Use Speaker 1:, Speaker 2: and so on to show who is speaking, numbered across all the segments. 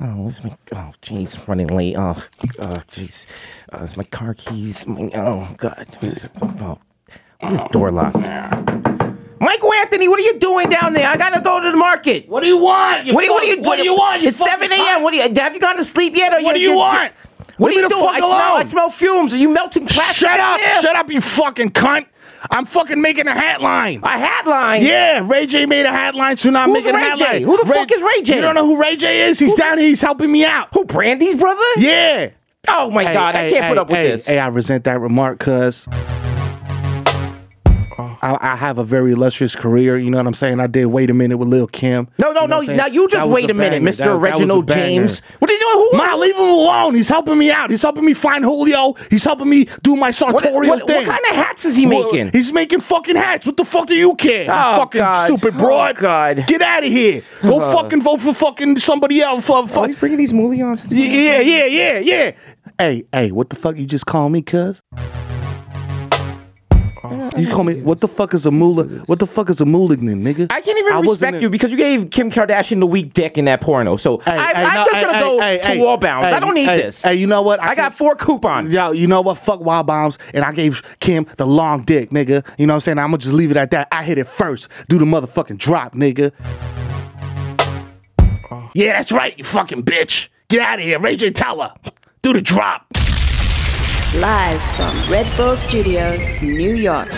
Speaker 1: Oh, it's my oh, jeez, running late. Oh, oh, jeez, oh, it's my car keys. My, oh God, oh, this is door locked. Michael Anthony, what are you doing down there? I gotta go to the market.
Speaker 2: What do you want?
Speaker 1: What do you what do you
Speaker 2: fuck- what do you want? You
Speaker 1: it's
Speaker 2: fucking
Speaker 1: seven a.m. What do you have you gone to sleep yet? Or
Speaker 2: What do you want?
Speaker 1: What are
Speaker 2: Leave
Speaker 1: you
Speaker 2: me the
Speaker 1: doing?
Speaker 2: fuck
Speaker 1: I smell
Speaker 2: alone.
Speaker 1: I smell fumes. Are you melting plastic?
Speaker 2: Shut
Speaker 1: down
Speaker 2: up!
Speaker 1: there?
Speaker 2: Shut up, you fucking cunt! I'm fucking making a hat line.
Speaker 1: A hat line.
Speaker 2: Yeah, Ray J made a hat line, so now I'm
Speaker 1: Who's
Speaker 2: making a
Speaker 1: Ray
Speaker 2: hat
Speaker 1: J?
Speaker 2: line.
Speaker 1: Who the fuck is Ray J?
Speaker 2: You don't know who Ray J is? He's down here. He's helping me out.
Speaker 1: Who Brandy's brother?
Speaker 2: Yeah.
Speaker 1: Oh my
Speaker 2: Hey,
Speaker 1: God, I
Speaker 2: hey,
Speaker 1: can't put
Speaker 2: hey,
Speaker 1: up with
Speaker 2: hey,
Speaker 1: this.
Speaker 2: Hey, I resent that remark, cuz. I, I have a very illustrious career, you know what I'm saying? I did wait a minute with Lil Kim.
Speaker 1: No,
Speaker 2: you know
Speaker 1: no, no.
Speaker 2: what I'm
Speaker 1: Now
Speaker 2: saying?
Speaker 1: you just
Speaker 2: That was
Speaker 1: wait a minute,
Speaker 2: banger.
Speaker 1: Mr.
Speaker 2: That was- that was a
Speaker 1: Reginald
Speaker 2: banger.
Speaker 1: James. What are you doing? Who?
Speaker 2: Ma, leave him alone. He's helping me out. He's helping me find Julio. He's helping me do my
Speaker 1: what,
Speaker 2: sartorial
Speaker 1: what, what
Speaker 2: thing.
Speaker 1: kind of hats is he
Speaker 2: Well,
Speaker 1: making?
Speaker 2: He's making fucking hats. What the fuck do you care? you
Speaker 1: Oh,
Speaker 2: fucking
Speaker 1: God.
Speaker 2: stupid
Speaker 1: Oh,
Speaker 2: broad.
Speaker 1: God. Uh-huh.
Speaker 2: Get out of here. Go fucking vote for fucking somebody else. For,
Speaker 1: Oh,
Speaker 2: fuck.
Speaker 1: he's bringing these mullions.
Speaker 2: Yeah, yeah, yeah, yeah. Hey, hey, what the fuck you just call me, cuz?
Speaker 1: Oh.
Speaker 2: You call me what the fuck is a moolah? What the fuck is a mulligan, nigga?
Speaker 1: I can't even
Speaker 2: wasn't
Speaker 1: respect
Speaker 2: in-
Speaker 1: you because you gave Kim Kardashian the weak dick in that porno. So
Speaker 2: Hey,
Speaker 1: I,
Speaker 2: hey,
Speaker 1: I'm
Speaker 2: no,
Speaker 1: just
Speaker 2: hey,
Speaker 1: gonna
Speaker 2: hey,
Speaker 1: go
Speaker 2: hey,
Speaker 1: to
Speaker 2: hey,
Speaker 1: wall bounds.
Speaker 2: hey,
Speaker 1: I don't need
Speaker 2: hey,
Speaker 1: this.
Speaker 2: Hey, you know what?
Speaker 1: I, got
Speaker 2: can't-
Speaker 1: four coupons.
Speaker 2: Yo, you know what? Fuck wild bombs, and I gave Kim the long dick, nigga. You know what I'm saying? I'm gonna just leave it at that. I hit it first. Do the motherfucking drop, nigga. Yeah, that's right, you fucking bitch. Get out of here, Ray J Teller. Do the drop.
Speaker 3: Live from Red Bull Studios, New York.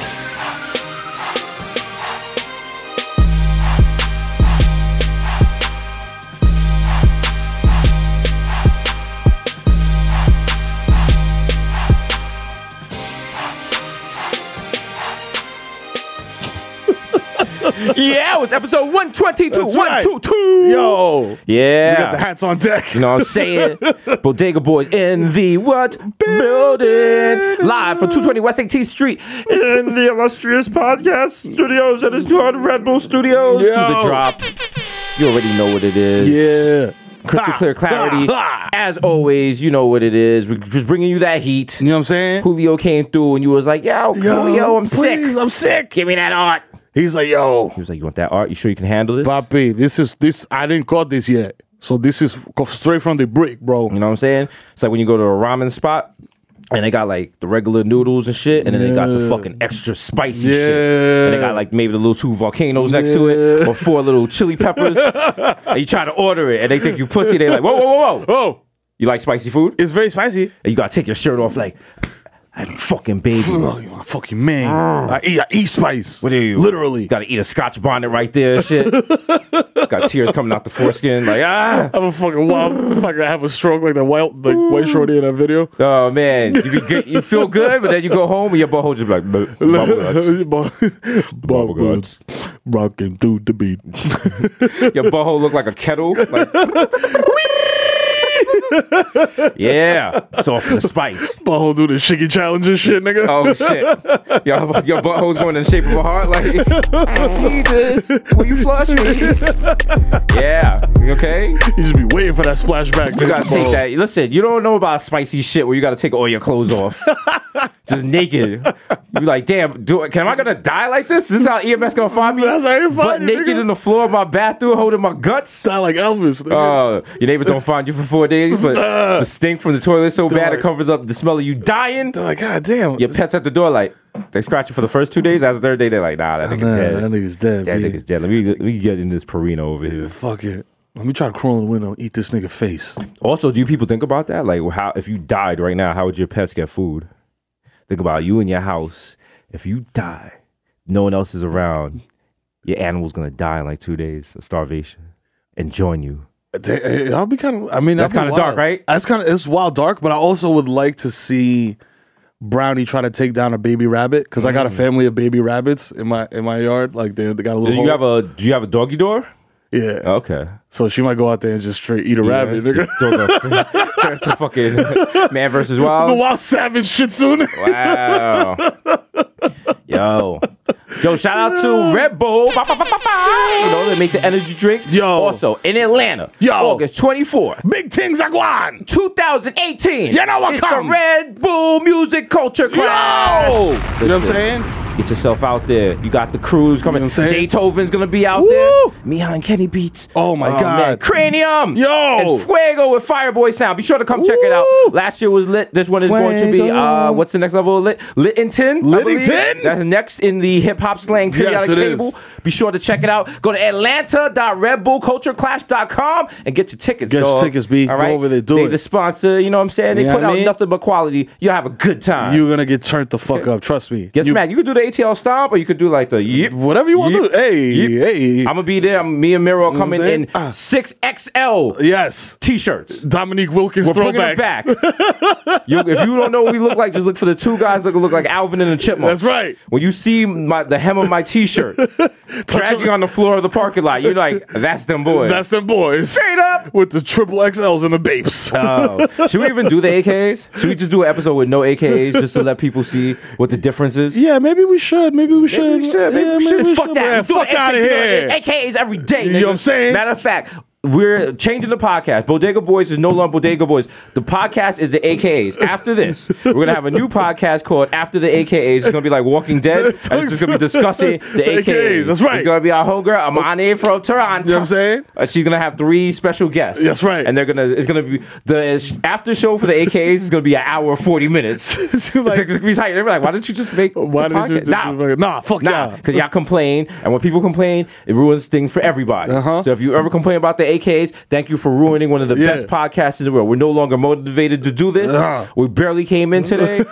Speaker 1: yeah, it was episode 122.
Speaker 2: That's
Speaker 1: One,
Speaker 2: right.
Speaker 1: two, two.
Speaker 2: Yo, we got the
Speaker 1: Yeah.
Speaker 2: hats on deck.
Speaker 1: You know what I'm saying? Bodega Boys in the what building? Live from 220 West 18th Street in the illustrious podcast studios that is called Red Bull Studios. To the
Speaker 2: Yo.
Speaker 1: drop. You already know what it is.
Speaker 2: Yeah.
Speaker 1: Crystal
Speaker 2: Ha,
Speaker 1: clear clarity.
Speaker 2: ha, ha.
Speaker 1: As always, you know what it is. We're just bringing you that heat.
Speaker 2: You know what I'm saying?
Speaker 1: Julio came through and you was like, yo, Julio, I'm
Speaker 2: please,
Speaker 1: sick.
Speaker 2: I'm sick.
Speaker 1: Give me that art.
Speaker 2: He's like, yo,
Speaker 1: He was like, you want that art? You sure you can handle this?
Speaker 2: Papi, this is this. I didn't cut this yet, so this is co- straight from the brick, bro.
Speaker 1: You know what I'm saying? It's like when you go to a ramen spot and they got like the regular noodles and shit, and then they got the fucking extra spicy shit. And they
Speaker 2: Yeah.
Speaker 1: got like maybe the little two volcanoes next to it or four little chili peppers. and you try to order it and they think you pussy. They like, whoa, whoa, whoa, whoa.
Speaker 2: Oh,
Speaker 1: You like spicy food?
Speaker 2: it's very spicy.
Speaker 1: And you gotta take your shirt off like, I'm fucking baby.
Speaker 2: Oh, you my fucking man. I eat, I eat spice.
Speaker 1: Mm. What are you?
Speaker 2: Literally.
Speaker 1: Gotta eat a scotch bonnet right there and shit. got tears coming out the foreskin. Like, ah.
Speaker 2: I'm a fucking wild. fucking have a stroke like the white, like
Speaker 1: Mm.
Speaker 2: white shorty in that video.
Speaker 1: Oh man, you, be good, you feel good, but then you go home and your butthole just be like, "Bleh, bubble guts."
Speaker 2: Bubble
Speaker 1: guts.
Speaker 2: Rocking through the beat.
Speaker 1: Your butthole look like a kettle. Like, yeah, it's all from the spice.
Speaker 2: Bubble through the shiggy challenge and shit, nigga.
Speaker 1: Oh shit! Your, your butthole's going in the shape of a heart. Like Jesus, will you flush me? Yeah, you okay.
Speaker 2: You just be waiting for that splashback.
Speaker 1: You gotta take that. Listen, you don't know about spicy shit where you gotta take all your clothes off, just naked. You like, damn, do it. Am I gonna die like this? This is how EMS gonna find me?
Speaker 2: That's how you find
Speaker 1: Butt
Speaker 2: you,
Speaker 1: naked
Speaker 2: nigga.
Speaker 1: in the floor of my bathroom, holding my guts.
Speaker 2: Sound like Elvis. nigga.
Speaker 1: Uh, your neighbors don't find you for four days, but the stink from the toilet so bad it
Speaker 2: Dog.
Speaker 1: covers up the smell of you dying.
Speaker 2: They're like, God damn.
Speaker 1: Your pets at the door, like they scratch you for the first two days. After the third day, they're like, Nah, that nigga
Speaker 2: Nah,
Speaker 1: dead.
Speaker 2: that nigga's dead.
Speaker 1: that
Speaker 2: B.
Speaker 1: nigga's dead. Let me let me get in this Perino over here.
Speaker 2: Fuck it. Let me try to crawl in the window and eat this nigga face.
Speaker 1: Also, do you people think about that? Like, how if you died right now, how would your pets get food? Think about you in your house. If you die, no one else is around. Your animal's gonna die in like two days of starvation and join you.
Speaker 2: They- eh, I'll be kind of. I mean,
Speaker 1: That's
Speaker 2: that'd be
Speaker 1: kinda dark,
Speaker 2: wild.
Speaker 1: right?
Speaker 2: That's kind of it's wild dark, but I also would like to see Brownie try to take down a baby rabbit because I got a family of baby rabbits in my in my yard. Like they, they got a
Speaker 1: Do
Speaker 2: little.
Speaker 1: Mm. you
Speaker 2: hole.
Speaker 1: have a Do you have a doggy door?
Speaker 2: yeah.
Speaker 1: Okay.
Speaker 2: So she might go out there and just straight eat a rabbit.
Speaker 1: Yeah,
Speaker 2: Nigga.
Speaker 1: just throw the- Turn to fucking man versus
Speaker 2: The
Speaker 1: wild.
Speaker 2: wild savage shit soon.
Speaker 1: Wow. Yo. Yo, shout out to Red Bull. Ba, ba, ba, ba, ba. You know, they make the energy drinks.
Speaker 2: Yo.
Speaker 1: Also, in Atlanta,
Speaker 2: Yo.
Speaker 1: August 24th,
Speaker 2: Big things are gone.
Speaker 1: 2018.
Speaker 2: You know what
Speaker 1: It's the
Speaker 2: come.
Speaker 1: Red Bull Music Culture Clash.
Speaker 2: Yo. You know what I'm
Speaker 1: Listen,
Speaker 2: saying?
Speaker 1: Get yourself out there. You got the crews coming.
Speaker 2: what I'm saying?
Speaker 1: Beethoven's gonna be out
Speaker 2: Woo!
Speaker 1: there. Mia and Kenny Beats.
Speaker 2: Oh my God.
Speaker 1: Cranium.
Speaker 2: Yo!
Speaker 1: And Fuego with Fireboy Sound. Be sure to come check it out.
Speaker 2: Woo!
Speaker 1: Last year was lit. This one is going to be
Speaker 2: Fuego.
Speaker 1: uh, what's the next level of lit? Littington. I believe.
Speaker 2: Littington?
Speaker 1: That's next in the hip hop slang periodic
Speaker 2: it is.
Speaker 1: table. Be sure to check it out. Go to atlanta.redbullcultureclash.com and get your tickets.
Speaker 2: Get your
Speaker 1: dog.
Speaker 2: tickets, B.
Speaker 1: All
Speaker 2: Go
Speaker 1: right?
Speaker 2: over there, do
Speaker 1: they
Speaker 2: it.
Speaker 1: the sponsor. You know what I'm saying? They
Speaker 2: You know
Speaker 1: put
Speaker 2: what I
Speaker 1: out
Speaker 2: mean?
Speaker 1: nothing but quality. You'll have a good time.
Speaker 2: You're gonna get turned the fuck up. Trust me.
Speaker 1: Yes,
Speaker 2: You-
Speaker 1: man. You could do the ATL stomp, or you could do like the yip,
Speaker 2: Whatever you want to
Speaker 1: yip,
Speaker 2: do. Hey,
Speaker 1: yip.
Speaker 2: hey.
Speaker 1: I'm gonna be there. Me and Miro are coming
Speaker 2: saying?
Speaker 1: in
Speaker 2: Ah.
Speaker 1: six XL
Speaker 2: yes.
Speaker 1: t-shirts.
Speaker 2: Dominique Wilkins
Speaker 1: We're bringing
Speaker 2: throwbacks.
Speaker 1: them back. You- if you don't know what we look like, just look for the two guys that look like Alvin and the Chipmunks.
Speaker 2: That's right.
Speaker 1: When you see my, the hem of my t-shirt dragging on the floor of the parking lot, you're like, "That's them boys."
Speaker 2: That's them boys.
Speaker 1: straight up.
Speaker 2: With the triple XLs and the babes.
Speaker 1: Oh. Should we even do the AKs? Should we just do an episode with no AKs just to let people see what the difference is?
Speaker 2: yeah, maybe we should. Maybe we should.
Speaker 1: Maybe we should. Maybe
Speaker 2: Yeah,
Speaker 1: we should. fuck
Speaker 2: should.
Speaker 1: that.
Speaker 2: Man,
Speaker 1: We doing
Speaker 2: fuck out of
Speaker 1: AKs,
Speaker 2: here.
Speaker 1: we doing AKs every day.
Speaker 2: You
Speaker 1: nigga.
Speaker 2: know what I'm saying?
Speaker 1: Matter of fact, we're changing the podcast. Bodega Boys is no longer Bodega Boys. The podcast is the AKAs. After this, we're gonna have a new podcast called After the AKAs. It's gonna be like Walking Dead, and it's just gonna be discussing the
Speaker 2: The
Speaker 1: AKAs.
Speaker 2: AKAs, that's right.
Speaker 1: It's gonna be our homegirl Amani from Toronto.
Speaker 2: You know what I'm saying?
Speaker 1: Uh, She's gonna have three special guests.
Speaker 2: That's right.
Speaker 1: And they're gonna. It's gonna be the sh- after show for the AKAs is gonna be an hour and forty minutes. it's
Speaker 2: like-
Speaker 1: gonna be tight. They're like, why didn't you just make?
Speaker 2: Why did
Speaker 1: the
Speaker 2: you
Speaker 1: podcast?
Speaker 2: just
Speaker 1: Nah.
Speaker 2: nah, fuck
Speaker 1: Nah,
Speaker 2: yeah.
Speaker 1: because y'all complain, and when people complain, it ruins things for everybody.
Speaker 2: Uh-huh.
Speaker 1: So if you ever complain about the AKs, thank you for ruining one of the
Speaker 2: Yeah.
Speaker 1: best podcasts in the world. We're no longer motivated to do this.
Speaker 2: Uh-huh.
Speaker 1: We barely came in today.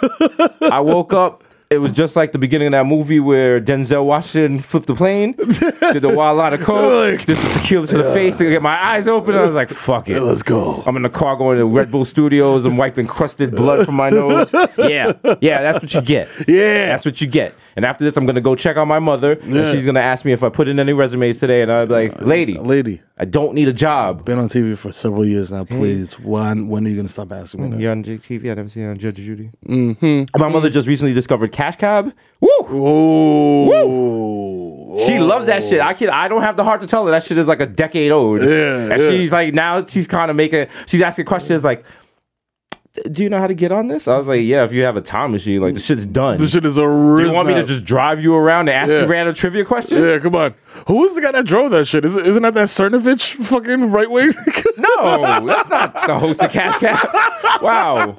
Speaker 1: I woke up. It was just like the beginning of that movie where Denzel Washington flipped the plane, did the wild out of coke,
Speaker 2: Like-
Speaker 1: just the tequila to the face to get my eyes open. I was like, fuck it.
Speaker 2: Let's go.
Speaker 1: I'm in the car going to Red Bull Studios. I'm wiping crusted blood from my nose. Yeah, yeah, that's what you get.
Speaker 2: Yeah.
Speaker 1: that's what you get. And after this, I'm gonna go check on my mother,
Speaker 2: Yeah. Uh,
Speaker 1: and she's gonna ask me if I put in any resumes today. And I'm like, lady,
Speaker 2: Lady,
Speaker 1: I don't need a job.
Speaker 2: been on TV for several years now. Please, when when are you gonna stop asking me that?
Speaker 1: You're on TV. I never seen you on Judge Judy. Mm-hmm. My mother just recently discovered Cash Cab. Woo!
Speaker 2: Oh,
Speaker 1: She loves that shit. I can I don't have the heart to tell her that shit is like a decade old.
Speaker 2: Yeah,
Speaker 1: And
Speaker 2: yeah.
Speaker 1: she's like now she's kind of making she's asking questions like do you know how to get on this? I was like, yeah, if you have a time machine, like the shit's done.
Speaker 2: This
Speaker 1: Do
Speaker 2: shit is a real.
Speaker 1: you want me to just drive you around and ask
Speaker 2: Yeah.
Speaker 1: you random trivia questions?
Speaker 2: Yeah, come on. Who was the guy that drove that shit? Is it, isn't that that Cernovich fucking right wing?
Speaker 1: No, that's not the host of Cash Cab. Wow.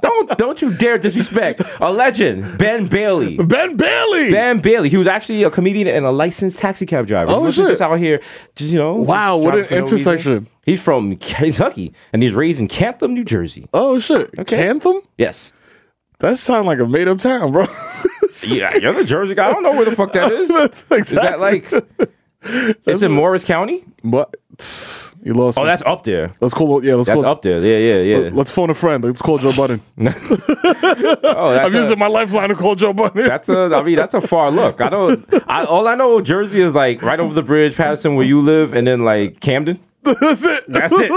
Speaker 1: Don't don't you dare disrespect a legend, Ben Bailey.
Speaker 2: ben Bailey.
Speaker 1: Ben Bailey. He was actually a comedian and a licensed taxi cab driver.
Speaker 2: Oh,
Speaker 1: he wasn't
Speaker 2: shit.
Speaker 1: just out here, just, you know.
Speaker 2: Wow,
Speaker 1: just
Speaker 2: what
Speaker 1: driving
Speaker 2: an
Speaker 1: for no reason.
Speaker 2: intersection.
Speaker 1: he's from Kentucky and he's raised in Cantham, New Jersey.
Speaker 2: oh shit. Cantham?
Speaker 1: Yes.
Speaker 2: That sound like a made up town, bro.
Speaker 1: Yeah, you're the Jersey guy. I don't know where the fuck that is.
Speaker 2: That's
Speaker 1: Is that like? It's in Morris County.
Speaker 2: What? You lost.
Speaker 1: Oh,
Speaker 2: me.
Speaker 1: that's up there.
Speaker 2: let's call. Yeah, let's
Speaker 1: That's
Speaker 2: call.
Speaker 1: up there. Yeah, yeah, yeah.
Speaker 2: Let's phone a friend. Let's call Joe Budden.
Speaker 1: Oh, that's
Speaker 2: I'm
Speaker 1: a-
Speaker 2: using my lifeline to call Joe Budden.
Speaker 1: That's a, I mean, that's a far look. I don't, I, all I know, Jersey is like right over the bridge, passing where you live, and then like Camden.
Speaker 2: That's it.
Speaker 1: That's it.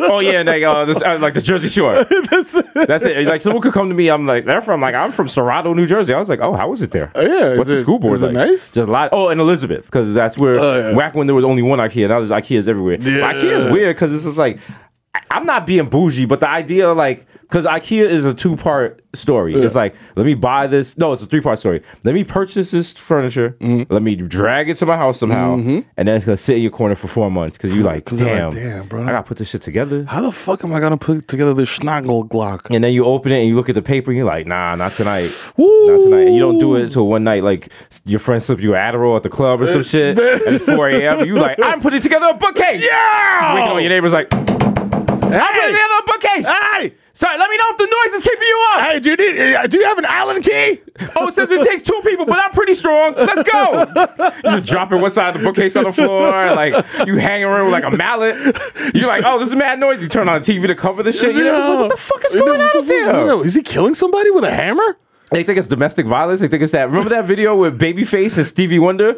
Speaker 1: Oh yeah, and like, uh, this, uh, like the Jersey Shore.
Speaker 2: That's it.
Speaker 1: That's it. Like someone could come to me. I'm like, they're from like I'm from Serrato, New Jersey. I was like, oh, how is it there?
Speaker 2: yeah,
Speaker 1: What's
Speaker 2: is
Speaker 1: the
Speaker 2: it-
Speaker 1: school board
Speaker 2: is it
Speaker 1: like?
Speaker 2: nice?
Speaker 1: Just a lot. Oh, and Elizabeth, because that's where
Speaker 2: Oh, yeah.
Speaker 1: back when there was only one IKEA. Now there's IKEAs everywhere. But
Speaker 2: Yeah.
Speaker 1: IKEA is weird because it's just like I- I'm not being bougie, but the idea like because IKEA is a two part story. It's like let me buy this. No, it's a three part story. Let me purchase this furniture.
Speaker 2: Mm-hmm.
Speaker 1: Let me drag it to my house somehow, and then it's gonna sit in your corner for four months because you like,
Speaker 2: they're
Speaker 1: damn,
Speaker 2: like, "Damn, bro."
Speaker 1: I gotta put this shit together.
Speaker 2: How the fuck am I gonna put together this Schnagel Glock?
Speaker 1: And then you open it and you look at the paper and you're like, nah, not tonight. Not tonight. And you don't do it until one night, like s- your friend slipped you an Adderall at the club or some shit at 4 a.m. You like, I'm putting together a bookcase. Just waking up, your neighbor's like, I'm putting
Speaker 2: Hey,
Speaker 1: together a bookcase.
Speaker 2: hey,
Speaker 1: Sorry, let me know if the noise is keeping you up.
Speaker 2: hey, do you need? eh, Do you have an Allen key?
Speaker 1: Oh, it says it takes two people, but I'm pretty strong. Let's go. You just drop it one side of the bookcase on the floor, like you hang around with like a mallet. You're like, oh, this is mad noise. You turn on the TV to cover the shit. You're like, what the fuck is
Speaker 2: Yeah.
Speaker 1: going on
Speaker 2: What the
Speaker 1: out
Speaker 2: fuck is going
Speaker 1: there?
Speaker 2: on? Is he killing somebody with a hammer?
Speaker 1: They think it's domestic violence. They think it's that. Remember that video with Babyface and Stevie Wonder,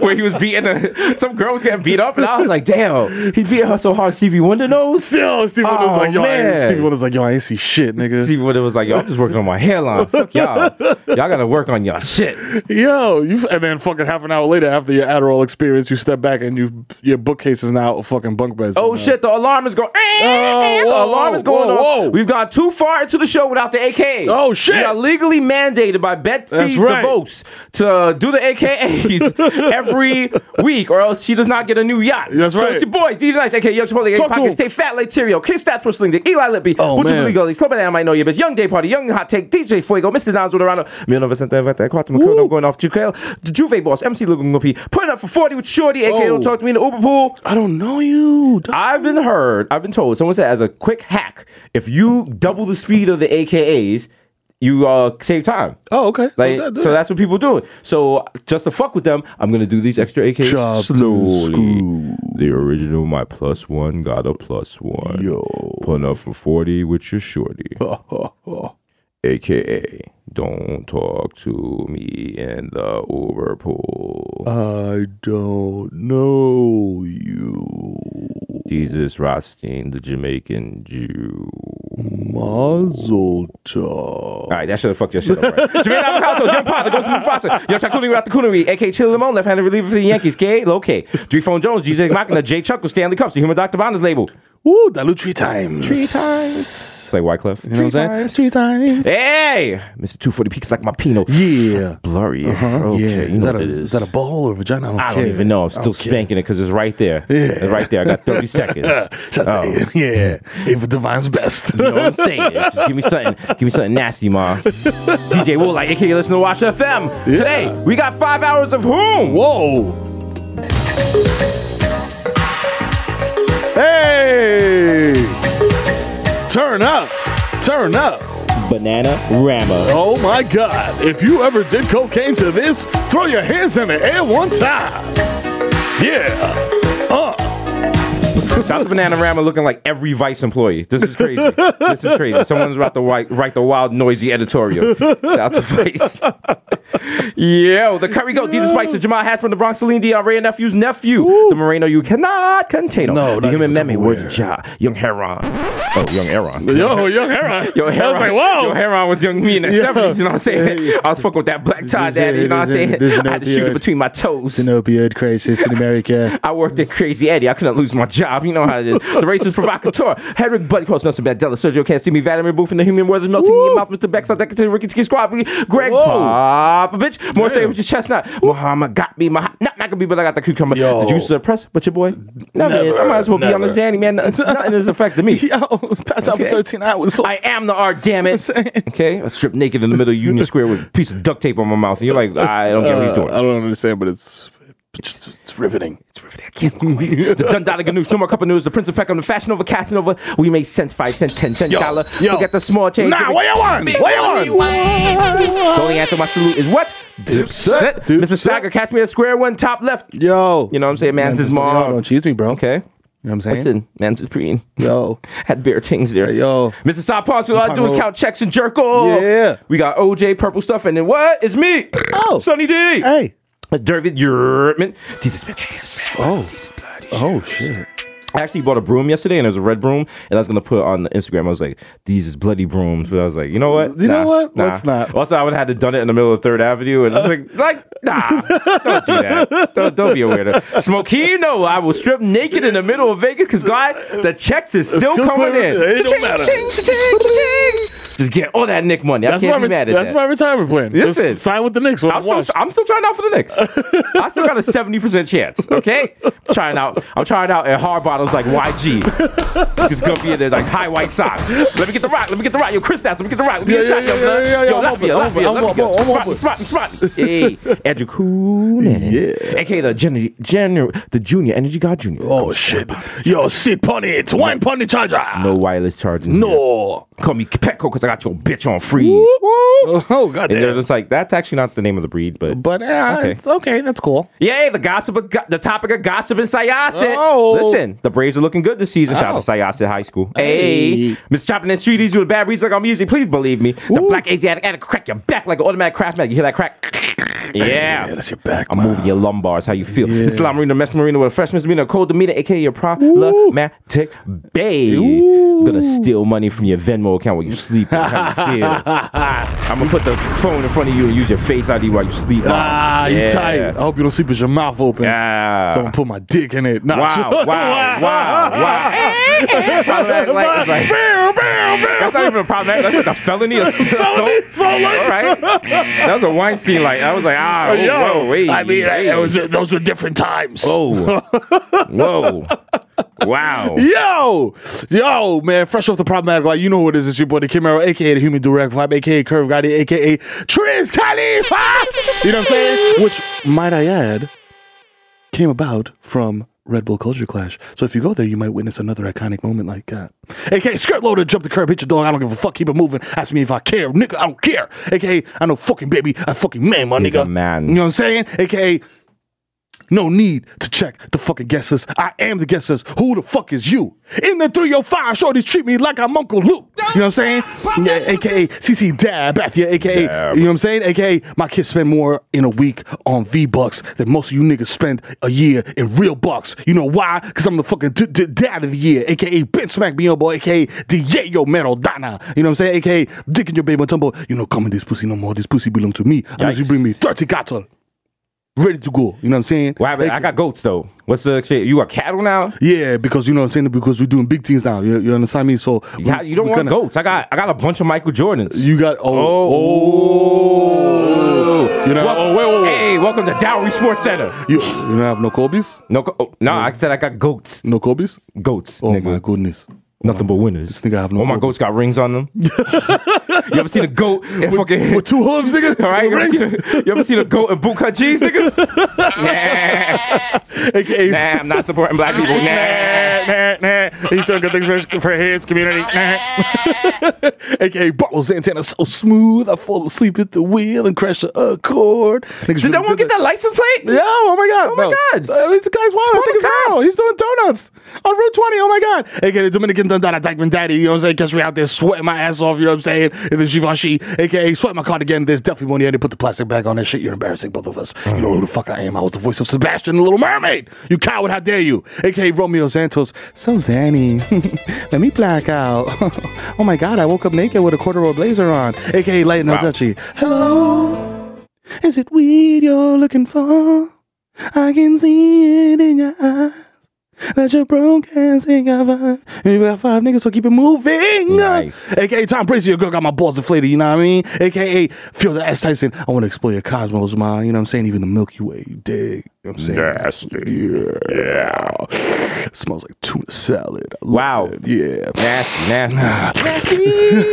Speaker 1: where he was beating a, some girl was getting beat up, and I was like, "Damn, he beat her so hard." Stevie Wonder knows.
Speaker 2: Yo, Steve
Speaker 1: Oh,
Speaker 2: Wonder's like, yo, I ain't,
Speaker 1: man.
Speaker 2: Steve Wonder's like, yo, I ain't see shit, nigga.
Speaker 1: Stevie Wonder was like, "Yo, I'm just working on my hairline. Fuck y'all. Y'all gotta work on y'all shit."
Speaker 2: Yo, you, and then fucking half an hour later, after your Adderall experience, you step back and you, your bookcase is now fucking bunk beds.
Speaker 1: Oh shit! The alarm is going. eh,
Speaker 2: Oh,
Speaker 1: the
Speaker 2: whoa,
Speaker 1: alarm is going
Speaker 2: whoa,
Speaker 1: off.
Speaker 2: whoa.
Speaker 1: We've gone too far into the show without the AK.
Speaker 2: Oh, shit.
Speaker 1: We are legally mandated by Betsy
Speaker 2: That's right.
Speaker 1: DeVos to do the AKAs every week, or else she does not get a new yacht.
Speaker 2: That's
Speaker 1: so
Speaker 2: right.
Speaker 1: it's your boy, D Nice, aka Young Chipotle,
Speaker 2: Talk
Speaker 1: Talk
Speaker 2: to him.
Speaker 1: Pockets, Stay Fat Lake Terrio, K Stats Whistling Dick, Eli Lippy,
Speaker 2: Oh, man.
Speaker 1: Butcher League Gully, Slow I Might Know You, Bitch, Young Day Party, Young Hot Take, DJ Fuego, Mr. Don's Rodorano, Mil Novecente Vente, Quattro McCono, Going Off Jukel, Juve Boss, MC Lugan P, Putting Up for 40 with Shorty, aka
Speaker 2: Oh.
Speaker 1: Don't Talk to Me in the Uber Pool.
Speaker 2: I don't know you. dog.
Speaker 1: I've been heard, I've been told, someone said as a quick hack, if you double the speed of the AKAs, you uh, save time.
Speaker 2: Oh, okay.
Speaker 1: Like,
Speaker 2: that-
Speaker 1: so,
Speaker 2: that-
Speaker 1: that's what people do. So just to fuck with them, I'm gonna do these extra AKs
Speaker 2: Chop the
Speaker 1: slowly. The original my plus one got a plus one.
Speaker 2: Yo.
Speaker 1: Pulling up for 40 with your shorty. AKA Don't Talk to Me in the Uber pool.
Speaker 2: Oh. I don't know you.
Speaker 1: Jesus Rothstein, the Jamaican Jew.
Speaker 2: Mazel tov.
Speaker 1: All right, that should have fucked your shit up. Right? Jermaine Alvarado, Jim Pod, the Ghost of Mufasa, Yo Chakuni Rat the Coonery, AK Chill Limon, left handed reliever for the Yankees, K. Loke, Three Phone Jones, GZ Machina, Jay Chuck with Stanley Cups, the Human Dr. Bonda's label.
Speaker 2: Woo, that little three times.
Speaker 1: Three times. It's like Wyclef.
Speaker 2: You know what I'm saying? Three times.
Speaker 1: Hey, Mr. 240 Peaks like my Pino.
Speaker 2: Yeah. Uh-huh.
Speaker 1: Blurry. Okay.
Speaker 2: Yeah.
Speaker 1: You
Speaker 2: Is
Speaker 1: know
Speaker 2: that, a,
Speaker 1: what it
Speaker 2: is. that a ball or a vagina? I don't,
Speaker 1: I don't
Speaker 2: care.
Speaker 1: even know. I'm still
Speaker 2: don't care.
Speaker 1: spanking it because it's right there. It's right there. I got 30 seconds.
Speaker 2: Shut
Speaker 1: Oh,
Speaker 2: the-
Speaker 1: you
Speaker 2: Yeah. Ava Divine's best.
Speaker 1: know what I'm saying? Just give me something. Give me something nasty, ma. DJ Woolite, aka Listen to Watch FM. Today we got five hours of whom?
Speaker 2: Whoa. Hey. Turn up. Turn up.
Speaker 1: Banana Rama.
Speaker 2: Oh my God. If you ever did cocaine to this, throw your hands in the air one time. Yeah.
Speaker 1: Shout out to Banana Rama looking like every Vice employee. This is crazy. this is crazy. Someone's about to write, write the wild, noisy editorial. Shout out to Vice. Yo, the Curry Goat, Jesus Spicer, Jamal Hatch from the Bronx, Celine Dion, Ray and Nephew's nephew, the Moreno you cannot contain. 'em.
Speaker 2: No,
Speaker 1: the
Speaker 2: not
Speaker 1: human
Speaker 2: even
Speaker 1: memory, word
Speaker 2: aware.
Speaker 1: of Jah, young Heron. Oh, young Heron.
Speaker 2: Yo, young Heron.
Speaker 1: Yo,
Speaker 2: I
Speaker 1: Heron,
Speaker 2: was like, whoa.
Speaker 1: Yo, Heron was young me in the
Speaker 2: Yeah.
Speaker 1: 70s, you know what I'm saying? I was fucking with that black tie
Speaker 2: This
Speaker 1: daddy, you know what I'm
Speaker 2: is-
Speaker 1: saying?
Speaker 2: this is
Speaker 1: I had to
Speaker 2: an
Speaker 1: shoot it
Speaker 2: opioid.
Speaker 1: between my toes.
Speaker 2: an opioid crisis in America.
Speaker 1: I worked at Crazy Eddie. I couldn't lose my job. You know how it is. The racist provocateur. Hedrick Buttkos, Nelson Mandela, Sergio Can't See Me, Vladimir Booth, and the human world is melting in your mouth. Mr. Beck's out there, Ricky Tiki Squad, we- Greg
Speaker 2: Whoa.
Speaker 1: Popovich, more say
Speaker 2: Damn.
Speaker 1: with your chestnut. Muhammad got me, Muhammad, not not gonna be, but I got the cucumber.
Speaker 2: Yo.
Speaker 1: The juice is oppressed, but your boy never,
Speaker 2: Never,
Speaker 1: is. I might as well be on the
Speaker 2: never.
Speaker 1: Zanny, man. Nothing nothing is affecting me.
Speaker 2: Yo, pass out for
Speaker 1: Okay.
Speaker 2: 13 hours. So
Speaker 1: I am the art, damn it. Okay, I stripped naked in the middle of Union Square with a piece of duct tape on my mouth, and you're like, I don't get what he's doing.
Speaker 2: Uh, I don't understand, but it's it's, it's riveting.
Speaker 1: It's riveting. I can't wait. the Dundada Ganoush, no more cup of news. The Prince of Peckham, the Fashion Over, Casanova. We make cents, five cent, ten cent,
Speaker 2: Yo,
Speaker 1: dollar.
Speaker 2: yo.
Speaker 1: Forget the small change.
Speaker 2: Nah, what you want? What you want?
Speaker 1: Going after my salute is what?
Speaker 2: Dipset.
Speaker 1: Mr.
Speaker 2: Dipset.
Speaker 1: Saga, catch me at square one, top left.
Speaker 2: Yo.
Speaker 1: You know what I'm saying?
Speaker 2: Man,
Speaker 1: Man's is
Speaker 2: just- Yo,
Speaker 1: mom.
Speaker 2: Don't cheese me, bro.
Speaker 1: Okay. You
Speaker 2: You know what I'm saying?
Speaker 1: Listen, man's is preen.
Speaker 2: Yo.
Speaker 1: Had beer things there.
Speaker 2: Yo.
Speaker 1: Mr. Sapons, all I do is
Speaker 2: Pablo.
Speaker 1: count checks and jerk off.
Speaker 2: Yeah.
Speaker 1: We got OJ, purple stuff, and then what? It's me.
Speaker 2: Oh.
Speaker 1: Sonny D.
Speaker 2: Hey.
Speaker 1: David Yurtman. Jesus, bitch. Jesus,
Speaker 2: Oh.
Speaker 1: Jesus, bloody
Speaker 2: Oh, shit.
Speaker 1: I actually bought a broom yesterday, and it was a red broom, and I was gonna put it on Instagram. I was like, "These is bloody brooms," but I was like, "You know what?
Speaker 2: You know what? Let's not.
Speaker 1: Also, I would have had to done it in the middle of Third Avenue, and it's like, like, nah, don't do that. Don't, don't be a weirdo. Smoke, you know, I will strip naked in the middle of Vegas because God, the checks is still,
Speaker 2: Still
Speaker 1: coming
Speaker 2: clear.
Speaker 1: in.
Speaker 2: It don't
Speaker 1: Cha-ching,
Speaker 2: matter.
Speaker 1: cha-ching, cha-ching, cha-ching. Just get all that Nick money.
Speaker 2: That's
Speaker 1: I
Speaker 2: my,
Speaker 1: can't be
Speaker 2: ret-
Speaker 1: mad at
Speaker 2: that's
Speaker 1: that.
Speaker 2: my retirement plan.
Speaker 1: This
Speaker 2: Just
Speaker 1: is-
Speaker 2: sign with the Knicks when
Speaker 1: I'm
Speaker 2: I'm
Speaker 1: still,
Speaker 2: washed.
Speaker 1: I'm still trying out for the Knicks. I still got a 70% chance, okay? trying out. I'm trying out at hard bottles like YG. It's going to be in there like high white socks. Let me get the rock. Let me get the rock. Yo, Chris Nass, let me get the rock. Let me get
Speaker 2: Yeah,
Speaker 1: a shot.
Speaker 2: yeah,
Speaker 1: yo,
Speaker 2: yeah,
Speaker 1: blood.
Speaker 2: yeah, yeah,
Speaker 1: yo,
Speaker 2: I'm
Speaker 1: let me,
Speaker 2: open,
Speaker 1: let me,
Speaker 2: I'm
Speaker 1: let me,
Speaker 2: open, I'm
Speaker 1: Smart,
Speaker 2: open.
Speaker 1: smart, smart. Hey, Andrew Coon.
Speaker 2: Yeah.
Speaker 1: AKA the, gen- gen- the junior, Energy God Junior.
Speaker 2: oh, shit. Yo, sit on it. Wine on the charger.
Speaker 1: No wireless charging.
Speaker 2: No.
Speaker 1: Call me Petco because I got your bitch on freeze.
Speaker 2: Oh, God
Speaker 1: And they're just like, that's actually not the name of the breed, but.
Speaker 2: But uh,
Speaker 1: Okay.
Speaker 2: it's okay. That's cool.
Speaker 1: Yay, the gossip, of go- the topic of gossip and Syosset.
Speaker 2: Oh.
Speaker 1: Listen, the Braves are looking good this season. Shout
Speaker 2: Oh.
Speaker 1: out to Syosset High School. Hey,
Speaker 2: Hey.
Speaker 1: Mr. Chopping and Streeties with a bad reads like I'm usually. Please believe me. The
Speaker 2: Ooh.
Speaker 1: black Asiatic addict crack your back like an automatic craft mag. You hear that crack? Yeah.
Speaker 2: that's your back,
Speaker 1: I'm
Speaker 2: man.
Speaker 1: moving your lumbars. How you feel? Islam Marino, Mess Marino with a fresh misdemeanor, cold demeanor, aka your problematic babe. I'm gonna steal money from your Venmo account while you sleep. How you feel? I'm gonna put the phone in front of you and use your face ID while you sleep. Mom.
Speaker 2: Ah, you
Speaker 1: Yeah.
Speaker 2: tight. I hope you don't sleep with your mouth open.
Speaker 1: Yeah.
Speaker 2: Someone put my dick in it. Nah,
Speaker 1: Wow, wow, wow, wow. Problematic like- it's like-
Speaker 2: Bow, bow.
Speaker 1: That's not even a problem. That- that's like a felony. Assault. All right. That was a Weinstein. Like I was like, ah, whoa, whoa, wait.
Speaker 2: Oh, I mean,
Speaker 1: wait.
Speaker 2: it was, those were different times.
Speaker 1: whoa, whoa, wow.
Speaker 2: Yo, yo, man, fresh off the problematic, like you know who it is. It's your boy, the Kimero, aka the Human Direct Vibe, aka Curve Guy, aka Triz Khalifa. You know what I'm saying? Which, might I add, came about from Red Bull Culture Clash. So if you go there, you might witness another iconic moment like that. AKA skirt loader, jump the curb, hit your dog. I don't give a fuck. Keep it moving. Ask me if I care, nigga. I don't care. AKA I know fucking baby. I fucking man, my
Speaker 1: He's
Speaker 2: nigga.
Speaker 1: a man.
Speaker 2: You know what I'm saying? AKA no need to check the fucking guess list. I am the guess list. Who the fuck is you? In the 305, shorties treat me like I'm Uncle Luke. You know what I'm saying? Yeah, AKA CC Dab, Bathia, AKA,
Speaker 1: Dab.
Speaker 2: you know what I'm saying? AKA, my kids spend more in a week on V Bucks than most of you niggas spend a year in real bucks. You know why? Because I'm the fucking d- d- dad of the year, AKA Ben Smack Me Up, boy, AKA Diego Merodana. You know what I'm saying? AKA Dick in your baby tumble. You know, coming this pussy no more. This pussy belong to me. Unless you
Speaker 1: Yikes.
Speaker 2: bring me 30 cattle. Ready to go. You know what I'm saying?
Speaker 1: What happened? I got goats though. What's the shit? You got cattle now?
Speaker 2: Yeah, because you know what I'm saying. Because we're doing big things now. You, you understand me? So we-
Speaker 1: Yeah, you don't
Speaker 2: we
Speaker 1: want
Speaker 2: kinda-
Speaker 1: goats. I got I got a bunch of Michael Jordans.
Speaker 2: You got oh oh. You know.
Speaker 1: Wel-
Speaker 2: oh wait, wait, wait.
Speaker 1: Hey, welcome to Dowry Sports Center.
Speaker 2: You, you don't have no Kobe's?
Speaker 1: No, go- oh, no, I said I got goats.
Speaker 2: No Kobe's?
Speaker 1: Goats,
Speaker 2: Oh
Speaker 1: nigga.
Speaker 2: my goodness.
Speaker 1: Nothing but winners.
Speaker 2: This nigga have no
Speaker 1: All my
Speaker 2: goat.
Speaker 1: goats got rings on them. you ever seen a goat and fucking
Speaker 2: With two hooves, nigga.
Speaker 1: All right, you ever,
Speaker 2: Rings.
Speaker 1: seen a, you ever seen a goat and bootcut jeans, nigga? nah,
Speaker 2: AKA
Speaker 1: nah, I'm not supporting black people. Nah,
Speaker 2: He's doing good things for his, for his community. AKA Bartlow Santana, so smooth. I fall asleep at the wheel and crash a chord. Niggas
Speaker 1: Did that one
Speaker 2: did
Speaker 1: get that license plate?
Speaker 2: Yeah, oh my god. Oh
Speaker 1: my God.
Speaker 2: Uh, this guy's wild. I
Speaker 1: Call
Speaker 2: think
Speaker 1: the
Speaker 2: it's wild.
Speaker 1: cops.
Speaker 2: He's doing donuts on Route 20. Oh my god. AKA Dominican Dundada Dykeman Daddy. You know what I'm saying? Catch me out there sweating my ass off. You know what I'm saying? And then Givenchy, aka sweat my cardigan. There's definitely money. I put the plastic bag on that shit. You're embarrassing both of us. You know who the fuck I am. I was the voice of Sebastian the Little Mermaid. You coward, how dare you? AKA Romeo Santos. So zany. Let me black out. oh my god, I woke up naked with a corduroy blazer on. AKA Lightning
Speaker 1: Wow.
Speaker 2: Dutchy. Hello. Is it weed you're looking for? I can see it in your eyes. That your broke ass ain't got five. And you got five niggas, so keep it moving.
Speaker 1: Nice.
Speaker 2: AKA Tom Bracey, your girl got my balls deflated, you know what I mean? AKA Feel the S Tyson. I want to explore your cosmos, ma. You know what I'm saying? Even the Milky Way, you dig? You know what I'm saying?
Speaker 1: Nasty.
Speaker 2: Yeah. Smells like tuna salad. I love
Speaker 1: Wow.
Speaker 2: it. Yeah.
Speaker 1: Nasty, nasty.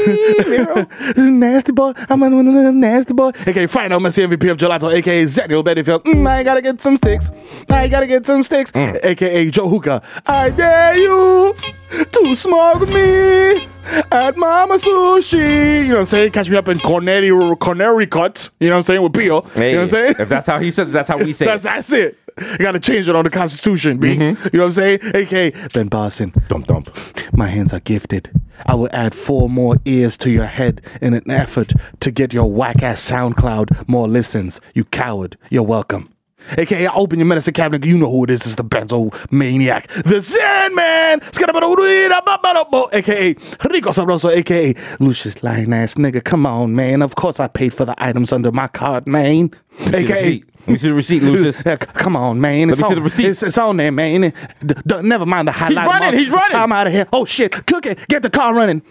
Speaker 2: nasty boy. I'm a nasty boy. AKA Final Messy MVP of Gelato, aka Zenny Bettyfield. Mm, I gotta get some sticks. I gotta get some sticks.
Speaker 1: Mm.
Speaker 2: AKA Joe Hookah. I dare you to smoke me at Mama Sushi. You know what I'm saying? Catch me up in Corneri, Corneri Cut. You know what I'm saying? With Pio.
Speaker 1: Hey,
Speaker 2: you know what I'm saying?
Speaker 1: If that's how he says it, that's how we say
Speaker 2: That's,
Speaker 1: it.
Speaker 2: that's it. You gotta change it on the Constitution, B.
Speaker 1: Mm-hmm.
Speaker 2: You know what I'm saying? AKA Ben Boston.
Speaker 1: Dump, dump.
Speaker 2: My hands are gifted. I will add four more ears to your head in an effort to get your whack ass SoundCloud more listens. You coward. You're welcome. AKA, I open your medicine cabinet. You know who it is. It's the benzo maniac. The Zen Man. Skadabadoodababadabo, AKA Rico Sabroso. AKA Lucius Lion ass nigga. Come on, man. Of course I paid for the items under my card, man.
Speaker 1: Let me see the
Speaker 2: AKA.
Speaker 1: receipt. Let me see the receipt, Lucius.
Speaker 2: Yeah, c- Come on, man. It's
Speaker 1: me see
Speaker 2: on-
Speaker 1: the receipt.
Speaker 2: It's, it's on there, man. D- d- never mind the highlight.
Speaker 1: running,
Speaker 2: mark.
Speaker 1: he's running.
Speaker 2: I'm out of here. Oh shit! Cook it. Get the car running.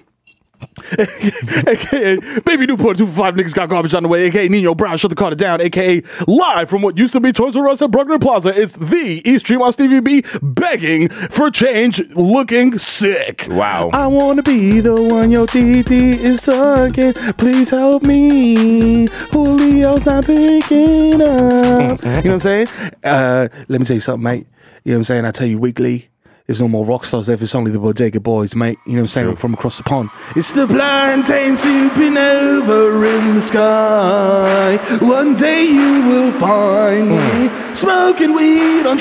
Speaker 2: AKA Baby Newport 245 niggas got garbage on the way. AKA Nino Brown shut the car down. AKA live from what used to be Toys R Us at Brooklyn Plaza. It's the East Stream on Stevie B begging for change, looking sick.
Speaker 1: Wow.
Speaker 2: I wanna be the one your DD is sucking. Please help me. Julio's not picking up. you know what I'm saying? Uh, let me tell you something, mate. You know what I'm saying? I tell you weekly. There's no more rock stars if it's only the Bodega Boys, mate. You know what I'm saying? I'm from across the pond. It's the plantain supernova in the sky. One day you will find me smoking weed on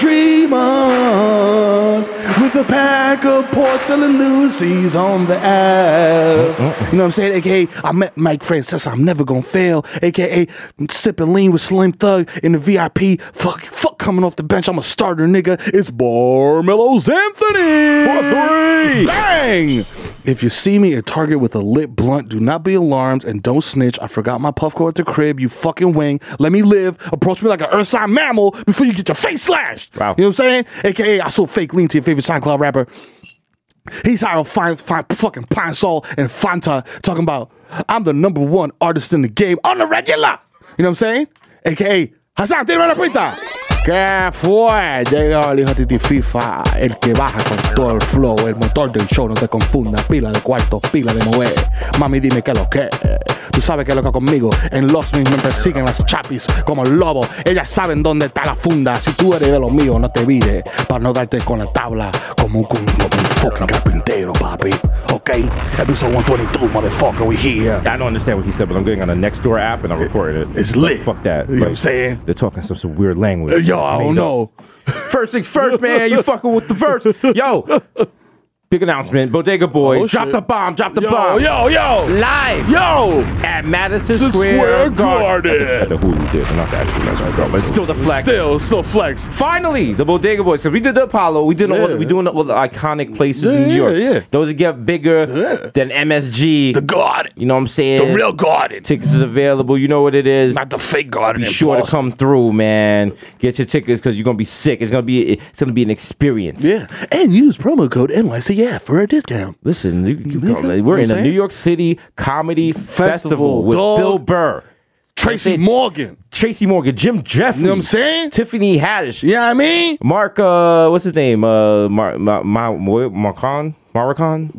Speaker 2: Tremont with a pack of porcelain Lucy's on the
Speaker 1: Uh-uh.
Speaker 2: app. You know what I'm saying? AKA, I met Mike Francesa. I'm never gonna fail. AKA, sipping lean with Slim Thug in the VIP. Fuck, fuck coming off the bench. I'm a starter, nigga. It's Barmelos Anthony.
Speaker 1: For three.
Speaker 2: Bang! If you see me at Target with a lit blunt, do not be alarmed and don't snitch. I forgot my puff coat at the crib. You fucking wing. Let me live. Approach me like an ursine mammal before you get your face slashed.
Speaker 1: Wow.
Speaker 2: You know what I'm saying? AKA, I sold fake lean to your favorite SoundCloud rapper. He's hiring fine, fine, fucking Pine Sol and Fanta talking about I'm the number one artist in the game on the regular. You know what I'm saying? AKA Hassan, tírame la pita. ¿Qué fue? Llega el hijo de FIFA, el que baja con todo el flow, el motor del show, no te confunda, pila de cuartos, pila de mover. Mami, dime qué lo que. Tú sabes qué loca conmigo, en los mismos me persiguen las chapis como el lobo. Ellas saben dónde está la funda, si tú eres de los míos, no te vires, para no darte con la tabla como un, cum- como un fucking carpintero, papi. Ok, episode 122, motherfucker, we here.
Speaker 1: I don't understand what he said, but I'm getting on the next door app and I'm recording it.
Speaker 2: It's
Speaker 1: Like,
Speaker 2: lit.
Speaker 1: Fuck that.
Speaker 2: You know what I'm saying?
Speaker 1: They're talking some, some weird language.
Speaker 2: Yo, oh,
Speaker 1: It's
Speaker 2: I don't
Speaker 1: made up.
Speaker 2: know.
Speaker 1: First things first, man. You fucking with the first. Yo. Big announcement. Bodega Boys.
Speaker 2: Oh,
Speaker 1: drop
Speaker 2: shit.
Speaker 1: the bomb. Drop the
Speaker 2: Yo,
Speaker 1: bomb.
Speaker 2: yo, yo,
Speaker 1: Live
Speaker 2: yo.
Speaker 1: at Madison
Speaker 2: Madison
Speaker 1: Square,
Speaker 2: Square
Speaker 1: Garden.
Speaker 2: Garden.
Speaker 1: At the Hulu Theater, not the actual Madison Square Garden, but it's still the flex.
Speaker 2: Still, still flex.
Speaker 1: Finally, the Bodega Boys. Because we did the Apollo. We did all the,
Speaker 2: Yeah.
Speaker 1: we doing all the iconic places
Speaker 2: Yeah,
Speaker 1: in New
Speaker 2: yeah,
Speaker 1: York.
Speaker 2: yeah.
Speaker 1: Those that get bigger
Speaker 2: Yeah.
Speaker 1: than MSG.
Speaker 2: The garden.
Speaker 1: you know what I'm saying?
Speaker 2: The real garden.
Speaker 1: Tickets is available. You know what it is.
Speaker 2: Not the fake garden.
Speaker 1: be
Speaker 2: in
Speaker 1: sure to
Speaker 2: Boston.
Speaker 1: come through, man. Get your tickets because you're gonna be sick. It's gonna be it's gonna be an experience.
Speaker 2: Yeah. And use promo code NYCF for a discount.
Speaker 1: Listen, you- you-
Speaker 2: Nigga,
Speaker 1: we're
Speaker 2: you know what
Speaker 1: in a
Speaker 2: I'm
Speaker 1: New
Speaker 2: saying?
Speaker 1: York City comedy festival,
Speaker 2: Festival,
Speaker 1: with
Speaker 2: dog.
Speaker 1: Bill Burr,
Speaker 2: Tracy
Speaker 1: it.
Speaker 2: Morgan.
Speaker 1: Tracy Morgan, Jim Jeffries,
Speaker 2: You know what I'm saying?
Speaker 1: Tiffany Haddish,
Speaker 2: You know what I mean?
Speaker 1: Mark, uh, what's his name? Uh, Mar, Mar, Mar, Mar, Marcon, Maricon?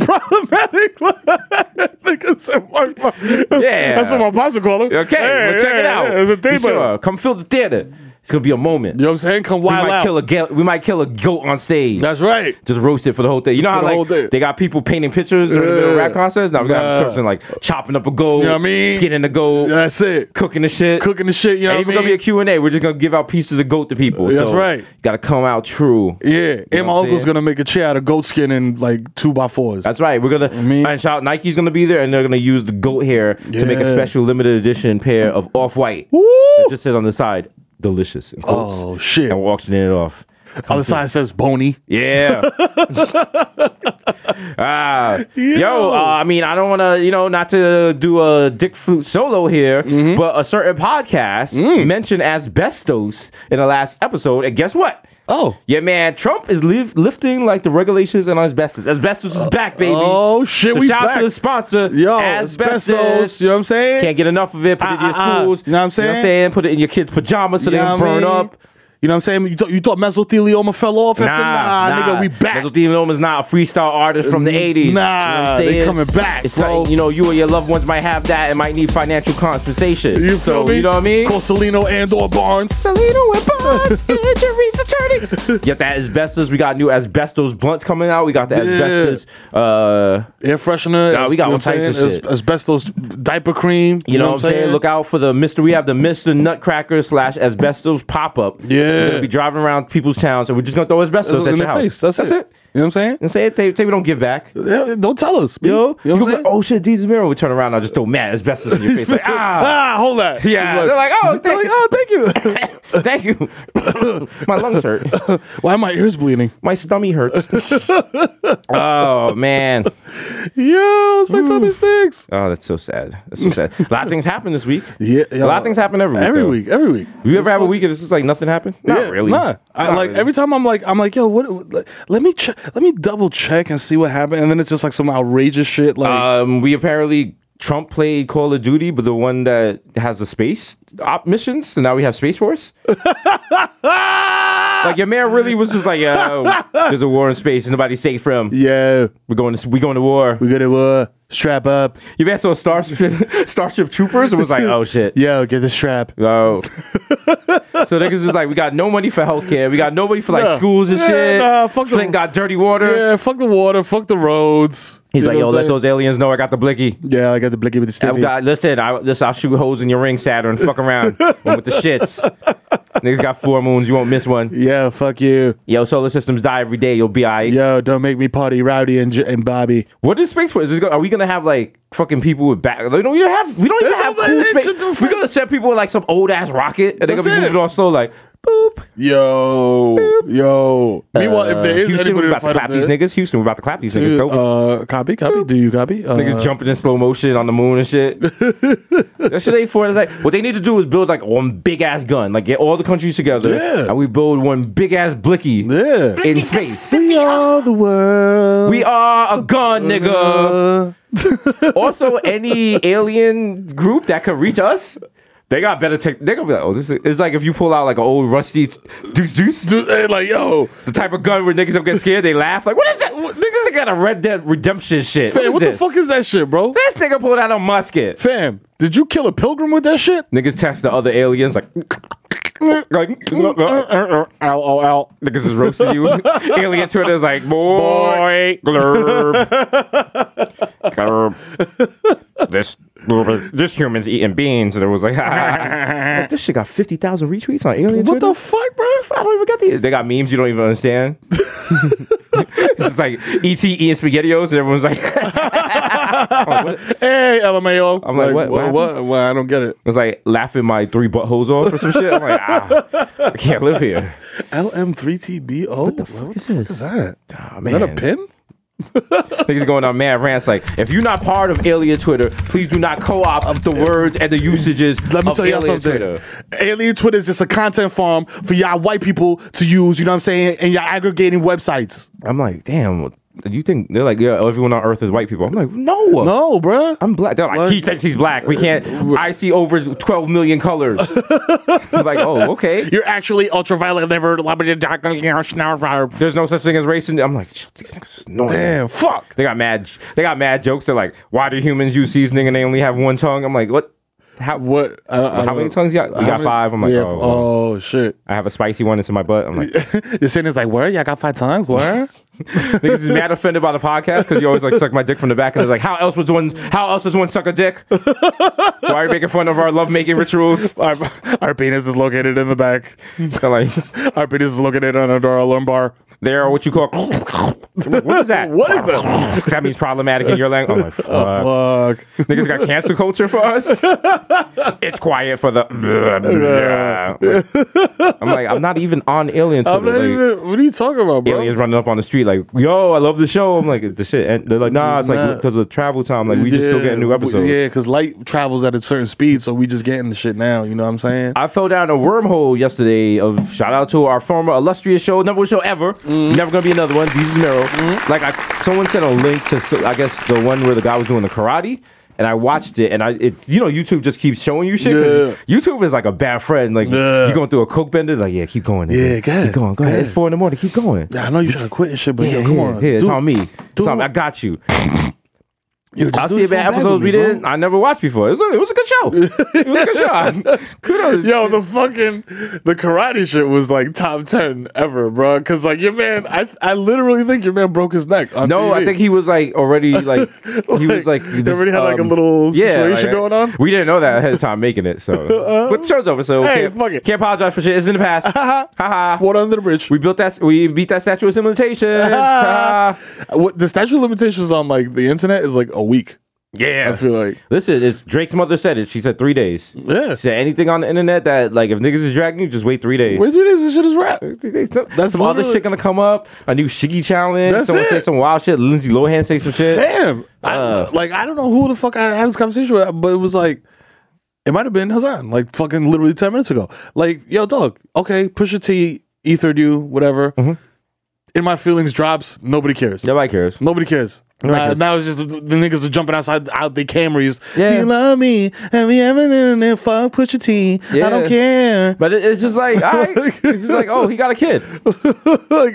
Speaker 2: Problematic. Nigga said Mark. Mark.
Speaker 1: Yeah.
Speaker 2: That's what my pops call him.
Speaker 1: Okay,
Speaker 2: Yeah,
Speaker 1: well, check it
Speaker 2: yeah,
Speaker 1: out.
Speaker 2: yeah, It's a thing,
Speaker 1: Be
Speaker 2: but-
Speaker 1: sure, come fill the theater. It's gonna be a moment.
Speaker 2: You know what I'm saying? Come
Speaker 1: we
Speaker 2: wild
Speaker 1: might
Speaker 2: out.
Speaker 1: kill a ge- we might kill a goat on stage.
Speaker 2: That's right.
Speaker 1: just roast it for the whole thing. You know
Speaker 2: For
Speaker 1: how
Speaker 2: the whole
Speaker 1: like
Speaker 2: day.
Speaker 1: they got people painting pictures during the middle of
Speaker 2: Yeah.
Speaker 1: rap concerts. Now we got
Speaker 2: Nah.
Speaker 1: a person like chopping up a gold,
Speaker 2: You know what I mean?
Speaker 1: skinning the gold,
Speaker 2: That's it.
Speaker 1: cooking the shit,
Speaker 2: Cooking the shit, you know what
Speaker 1: Ain't
Speaker 2: I
Speaker 1: even gonna be
Speaker 2: mean?
Speaker 1: a Q and A. We're just gonna give out pieces of goat to people.
Speaker 2: That's
Speaker 1: So,
Speaker 2: right.
Speaker 1: Got to come out true.
Speaker 2: Yeah.
Speaker 1: You know
Speaker 2: And my
Speaker 1: what I'm
Speaker 2: uncle's
Speaker 1: saying?
Speaker 2: going to make a chair out of goat skin and like two by fours.
Speaker 1: That's right. We're gonna
Speaker 2: mean-
Speaker 1: and shout Nike's gonna be there, and they're gonna use the goat hair to make a
Speaker 2: Yeah.
Speaker 1: special limited edition pair of off white.
Speaker 2: Woo!
Speaker 1: Just sit on the side, delicious. In quotes.
Speaker 2: Oh, shit.
Speaker 1: And we're auctioning it off.
Speaker 2: Other side says bony.
Speaker 1: Yeah. ah, yo, uh, I mean, I don't want to, you know, not to do a dick flute solo here,
Speaker 2: Mm-hmm.
Speaker 1: but a certain podcast
Speaker 2: Mm.
Speaker 1: mentioned asbestos in the last episode, and guess what?
Speaker 2: Oh.
Speaker 1: Yeah, man, Trump is liv- lifting like the regulations on asbestos. Asbestos is back, baby.
Speaker 2: Oh, shit,
Speaker 1: So
Speaker 2: we
Speaker 1: shout out
Speaker 2: back.
Speaker 1: to the sponsor,
Speaker 2: Yo,
Speaker 1: asbestos.
Speaker 2: asbestos, you know what I'm saying?
Speaker 1: Can't get enough of it. Put it in your
Speaker 2: Uh, uh, uh.
Speaker 1: schools.
Speaker 2: You know what I'm
Speaker 1: You know what I'm
Speaker 2: saying?
Speaker 1: saying? Put it in your kids' pajamas so
Speaker 2: You
Speaker 1: they
Speaker 2: know
Speaker 1: don't
Speaker 2: what I
Speaker 1: burn
Speaker 2: mean?
Speaker 1: up.
Speaker 2: You know what I'm saying? You thought, you thought mesothelioma fell off? after? nigga, we back.
Speaker 1: Mesothelioma is not a freestyle artist from the 80s.
Speaker 2: Nah, they
Speaker 1: saying?
Speaker 2: coming back,
Speaker 1: It's
Speaker 2: bro.
Speaker 1: like, you know, you or your loved ones might have that and might need financial compensation.
Speaker 2: You feel
Speaker 1: so,
Speaker 2: me?
Speaker 1: You know what I mean?
Speaker 2: Corsolino and or Barnes.
Speaker 1: Celino and Bonds, injuries attorney. Get that asbestos. We got new asbestos blunts coming out. We got the asbestos. Uh,
Speaker 2: Air freshener.
Speaker 1: Nah,
Speaker 2: you
Speaker 1: we got
Speaker 2: know
Speaker 1: all
Speaker 2: what I'm
Speaker 1: types of
Speaker 2: saying?
Speaker 1: shit.
Speaker 2: As- Asbestos diaper cream.
Speaker 1: you know, what I'm saying? Look out for the Mr. We have the Mr. Nutcracker slash asbestos pop up.
Speaker 2: Yeah.
Speaker 1: We're going to be driving around people's towns and we're just going to throw asbestos
Speaker 2: That's
Speaker 1: at
Speaker 2: in
Speaker 1: your
Speaker 2: the face.
Speaker 1: house.
Speaker 2: That's, it. You know what I'm saying?
Speaker 1: And say it. Say, say we don't give back.
Speaker 2: Yeah, don't tell us. B.
Speaker 1: Yo,
Speaker 2: you know
Speaker 1: you
Speaker 2: what I'm saying?
Speaker 1: like, oh shit, Deez Miro would turn around and I'll just throw mad asbestos in your face. Like, ah,
Speaker 2: ah, hold that.
Speaker 1: Yeah,
Speaker 2: You're
Speaker 1: they're like, oh,
Speaker 2: they're
Speaker 1: thank
Speaker 2: like, oh, thank you.
Speaker 1: thank you. my lungs hurt.
Speaker 2: Why are my ears bleeding?
Speaker 1: My stomach hurts. oh, man.
Speaker 2: Yo, it's my tummy sticks.
Speaker 1: Oh, that's so sad. That's so sad. A lot of things happen this week.
Speaker 2: Yeah,
Speaker 1: A lot of things happen every week.
Speaker 2: Every
Speaker 1: though.
Speaker 2: week, every week.
Speaker 1: You ever have a week and it's just like nothing happened? Not
Speaker 2: Yeah,
Speaker 1: really.
Speaker 2: Nah. I,
Speaker 1: Not
Speaker 2: like
Speaker 1: really.
Speaker 2: every time I'm like I'm like yo what, what- let me check let me double check and see what happened and then it's just like some outrageous shit like
Speaker 1: Um, we apparently Trump played Call of Duty, but the one that has the space op missions. So now we have Space Force. like your man really was just like, uh, there's a war in space and nobody's safe from.
Speaker 2: yeah
Speaker 1: We're going to we going to war.
Speaker 2: we gotta uh, strap up
Speaker 1: You ever saw Starship Starship Troopers? It was like, oh shit.
Speaker 2: yo get the strap
Speaker 1: Oh. so niggas is like, we got no money for healthcare. We got no money for like
Speaker 2: Nah.
Speaker 1: schools and
Speaker 2: Yeah,
Speaker 1: shit.
Speaker 2: nah, fuck the-
Speaker 1: Flint got dirty water.
Speaker 2: yeah fuck the water fuck the roads
Speaker 1: He's
Speaker 2: You
Speaker 1: like,
Speaker 2: know
Speaker 1: yo,
Speaker 2: what I'm
Speaker 1: let those aliens know I got the blicky.
Speaker 2: saying? yeah I got the blicky with the sticky
Speaker 1: I've got listen, I listen, I'll shoot holes in your ring, Saturn, fuck around with the shits. Niggas got four moons, you won't miss one.
Speaker 2: yeah fuck you
Speaker 1: Yo, solar systems die every day, you'll be alright.
Speaker 2: yo don't make me party rowdy and J- and Bobby
Speaker 1: What is space for? Is this gonna, are we gonna have like fucking people with back? Like, don't even have we don't even have cool
Speaker 2: It's
Speaker 1: space.
Speaker 2: a different-
Speaker 1: We're gonna send people with like some old ass rocket and they're
Speaker 2: That's
Speaker 1: gonna be
Speaker 2: it.
Speaker 1: moving all slow like boop.
Speaker 2: Yo, yo. Meanwhile, if there is
Speaker 1: Uh, Houston,
Speaker 2: anybody
Speaker 1: we're
Speaker 2: to
Speaker 1: about to
Speaker 2: fight
Speaker 1: clap
Speaker 2: up
Speaker 1: these
Speaker 2: there,
Speaker 1: niggas. Houston, we're about to clap these niggas. Go.
Speaker 2: uh, copy, copy. Do you copy? Uh,
Speaker 1: Niggas jumping in slow motion on the moon and shit. that shit ain't for like what they need to do is build like one big ass gun. Like get all the countries together.
Speaker 2: Yeah.
Speaker 1: And we build one big ass blicky
Speaker 2: Yeah.
Speaker 1: in space.
Speaker 2: We are the world.
Speaker 1: We are a gun, nigga.
Speaker 2: Uh,
Speaker 1: Also, any alien group that could reach us, they got better tech. They're gonna be like, oh, this is it's like if you pull out like an old rusty deuce deuce,
Speaker 2: dude, hey, like, yo,
Speaker 1: the type of gun where niggas don't get scared, they laugh. Like, what is that? What, niggas got a Red Dead Redemption shit.
Speaker 2: fam,
Speaker 1: is
Speaker 2: what
Speaker 1: this?
Speaker 2: the fuck is that shit, bro?
Speaker 1: This nigga pulled out a musket.
Speaker 2: Fam, did you kill a pilgrim with that shit?
Speaker 1: Niggas test the other aliens like, like niggas
Speaker 2: Ow, ow, ow.
Speaker 1: is roasting you. Alien Twitter's like, boy, glurb. glurb. This this human's eating beans. And it was like, like, this shit got 50,000 retweets on Alien
Speaker 2: What
Speaker 1: Twitter.
Speaker 2: the fuck, bro?
Speaker 1: I don't even get the. They got memes you don't even understand. it's just like ET eating spaghettios, and everyone's like,
Speaker 2: Hey, LMAO.
Speaker 1: I'm like, what-
Speaker 2: What,
Speaker 1: what
Speaker 2: what, Well, I don't get it.
Speaker 1: it's like laughing my three buttholes off or some shit. I'm like, ah, I can't live here.
Speaker 2: LM3TBO? What the
Speaker 1: fuck is this?
Speaker 2: that?
Speaker 1: Ah,
Speaker 2: Is that a
Speaker 1: man.
Speaker 2: pin?
Speaker 1: Niggas going on mad rants like, if you're not part of Alien Twitter, please do not co-opt the words and the usages
Speaker 2: Let me
Speaker 1: of
Speaker 2: tell y'all
Speaker 1: Alien
Speaker 2: something.
Speaker 1: Twitter.
Speaker 2: Alien Twitter is just a content farm for y'all white people to use, you know what I'm saying? And y'all aggregating websites.
Speaker 1: I'm like, damn, you think they're like, yeah, everyone on Earth is white people? I'm like, no,
Speaker 2: No, bruh.
Speaker 1: I'm black. They're like,
Speaker 2: What?
Speaker 1: he thinks he's black. We can't. I see over 12 million colors. I'm like, oh, okay.
Speaker 2: You're actually ultraviolet liver, lobby, dark, you know, snarf,
Speaker 1: There's no such thing as racism. I'm like, "Shit, these niggas annoying."
Speaker 2: Damn, fuck.
Speaker 1: They got mad. They got mad jokes. They're like, why do humans use seasoning and they only have one tongue? I'm like, what? How?
Speaker 2: What? I, I
Speaker 1: How
Speaker 2: don't-
Speaker 1: many tongues you got? We
Speaker 2: how
Speaker 1: got
Speaker 2: many-
Speaker 1: five. I'm like,
Speaker 2: yeah,
Speaker 1: oh, well,
Speaker 2: oh, shit.
Speaker 1: I have a spicy one. It's in my butt. I'm like,
Speaker 2: The sentence like, where? Y'all got five tongues? Where?
Speaker 1: niggas is mad offended by the podcast because you always like suck my dick from the back and they're like, how else was one? How else does one suck a dick? why are you making fun of our love making rituals?
Speaker 2: our, our penis is located in the back.
Speaker 1: They're like,
Speaker 2: Our penis is located under our lumbar.
Speaker 1: they are what you call. what is that?
Speaker 2: What is that? Oh,
Speaker 1: that means problematic in your language. I'm like, fuck.
Speaker 2: Fuck.
Speaker 1: Niggas got cancel culture for us. it's quiet for the. I'm like, I'm not even on alien Twitter.
Speaker 2: I'm not
Speaker 1: like,
Speaker 2: even. What are you talking about, bro?
Speaker 1: Aliens running up on the street like, yo, I love the show. I'm like, the shit. And they're like, nah, it's like
Speaker 2: Nah.
Speaker 1: because of travel time. Like, we just still getting new
Speaker 2: we-
Speaker 1: episodes.
Speaker 2: Yeah, because light travels at a certain speed, so we just getting the shit now. You know what I'm saying?
Speaker 1: I fell down a wormhole yesterday. Of shout out to our former illustrious show, number one show ever.
Speaker 2: Mm-hmm.
Speaker 1: Never gonna be another one. This is Mero. Like I, someone sent a link to, so- I guess the one where the guy was doing the karate, and I watched it. And I, it, you know, YouTube just keeps showing you shit. 'cause YouTube is like a bad friend. Like
Speaker 2: Yeah.
Speaker 1: you going through a coke bender, like yeah, keep going. nigga.
Speaker 2: Yeah, go ahead,
Speaker 1: keep going. Go ahead. It's
Speaker 2: go
Speaker 1: four in the morning. Keep going.
Speaker 2: I know you trying to quit and shit, but
Speaker 1: Yeah,
Speaker 2: yo, come
Speaker 1: yeah,
Speaker 2: on.
Speaker 1: yeah, it's
Speaker 2: Do-
Speaker 1: on me. It's
Speaker 2: do
Speaker 1: on me.
Speaker 2: it.
Speaker 1: I got you.
Speaker 2: yo, just
Speaker 1: I'll
Speaker 2: do
Speaker 1: see
Speaker 2: this
Speaker 1: if
Speaker 2: one
Speaker 1: at
Speaker 2: back with
Speaker 1: episodes
Speaker 2: me,
Speaker 1: we
Speaker 2: bro.
Speaker 1: didn't. I never watched before. It was a, it was a good show. it was a good show. Kudos.
Speaker 2: Yo, the fucking the karate shit was like top ten ever, bro. Cause like your man, I I literally think your man broke his neck. On
Speaker 1: No, I
Speaker 2: TV.
Speaker 1: think he was like already like he was like
Speaker 2: Like,
Speaker 1: this,
Speaker 2: they already had, like, a little situation going on?
Speaker 1: We didn't know that ahead of time making it, so but the show's over. So
Speaker 2: Hey,
Speaker 1: can't,
Speaker 2: fuck it.
Speaker 1: can't apologize for shit. It's in the past. Ha ha.
Speaker 2: What under the bridge?
Speaker 1: We built that. We beat that statue of limitations. Ha.
Speaker 2: Uh, what, the statute of limitations on like the internet is like a week.
Speaker 1: yeah.
Speaker 2: I feel like
Speaker 1: Listen, it's Drake's mother said it. She said three days.
Speaker 2: yeah.
Speaker 1: She said anything on the internet that like if niggas is dragging you, just wait three days.
Speaker 2: Wait, dude, this shit is rap.
Speaker 1: That's some other
Speaker 2: literally-
Speaker 1: shit gonna come up. A new Shiggy challenge.
Speaker 2: That's
Speaker 1: Someone
Speaker 2: it.
Speaker 1: say some wild shit. Lindsay Lohan say some shit.
Speaker 2: Damn. I-
Speaker 1: Uh.
Speaker 2: like I don't know who the fuck I had this conversation with, but it was like it might have been Hassan, like fucking literally ten minutes ago. Like, yo, dog, okay, push your T, ethered you, whatever.
Speaker 1: Mm-hmm.
Speaker 2: In my feelings drops, nobody cares.
Speaker 1: Nobody cares.
Speaker 2: Nobody cares. now,
Speaker 1: cares.
Speaker 2: now it's just the niggas are jumping outside out the Camrys.
Speaker 1: Yeah.
Speaker 2: Do you love me? Have you ever done it? Fuck, push your T. I
Speaker 1: Yeah.
Speaker 2: don't care.
Speaker 1: But it, it's just like, I, it's just like, oh, he got a kid.
Speaker 2: like,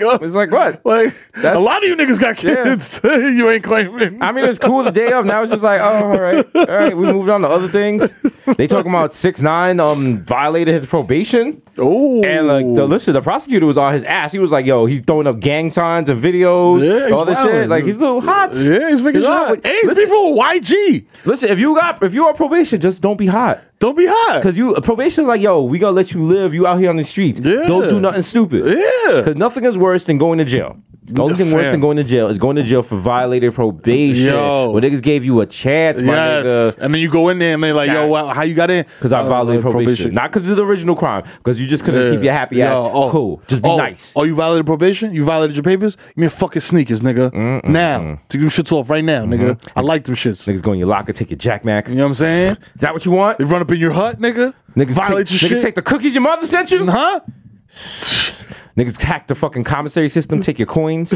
Speaker 2: oh,
Speaker 1: It's like what?
Speaker 2: like a
Speaker 1: That's-
Speaker 2: lot of you niggas got
Speaker 1: Yeah.
Speaker 2: kids. you ain't claiming.
Speaker 1: I mean, it's cool the day of. Now it's just like, oh, all right, all right. We moved on to other things. They talking about six nine um violated his probation.
Speaker 2: oh,
Speaker 1: And like the listen, the prosecutor was on his ass. He was like, "Yo, he's throwing up gang signs and videos,
Speaker 2: Yeah, he's
Speaker 1: all this
Speaker 2: wildin'.
Speaker 1: shit. Like he's a little hot.
Speaker 2: Yeah, he's making
Speaker 1: He's
Speaker 2: shot.
Speaker 1: hot.
Speaker 2: And he's people YG.
Speaker 1: Listen, if you got if you are on probation, just don't be hot.
Speaker 2: Don't be hot.
Speaker 1: Cause you probation's like, yo, we gonna let you live. You out here on the streets.
Speaker 2: Yeah.
Speaker 1: Don't do nothing stupid.
Speaker 2: Yeah.
Speaker 1: Cause nothing is worse than going to jail. The only thing worse
Speaker 2: Fam.
Speaker 1: than going to jail is going to jail for violated probation.
Speaker 2: Yo.
Speaker 1: Where niggas gave you a chance, my
Speaker 2: Yes.
Speaker 1: nigga.
Speaker 2: And then you go in there and they like, yo,
Speaker 1: Nah.
Speaker 2: wow, how you got in?
Speaker 1: Because I
Speaker 2: Uh,
Speaker 1: violated probation. Not because of the original crime, because you just couldn't
Speaker 2: Yeah.
Speaker 1: keep your happy
Speaker 2: Yo,
Speaker 1: ass
Speaker 2: oh,
Speaker 1: cool. Just be
Speaker 2: oh,
Speaker 1: nice.
Speaker 2: Oh, you violated probation? You violated your papers? You mean fucking sneakers, nigga. Now. Take them shits off right now, nigga.
Speaker 1: Mm-hmm.
Speaker 2: I like them shits.
Speaker 1: Niggas go in your locker, take your Jack Mac.
Speaker 2: You know what I'm saying?
Speaker 1: Is that what you want?
Speaker 2: They run up in your hut, nigga.
Speaker 1: Niggas
Speaker 2: violate
Speaker 1: take,
Speaker 2: your
Speaker 1: niggas
Speaker 2: shit.
Speaker 1: take the cookies your mother sent you?
Speaker 2: huh?
Speaker 1: Niggas hack the fucking commissary system, take your coins.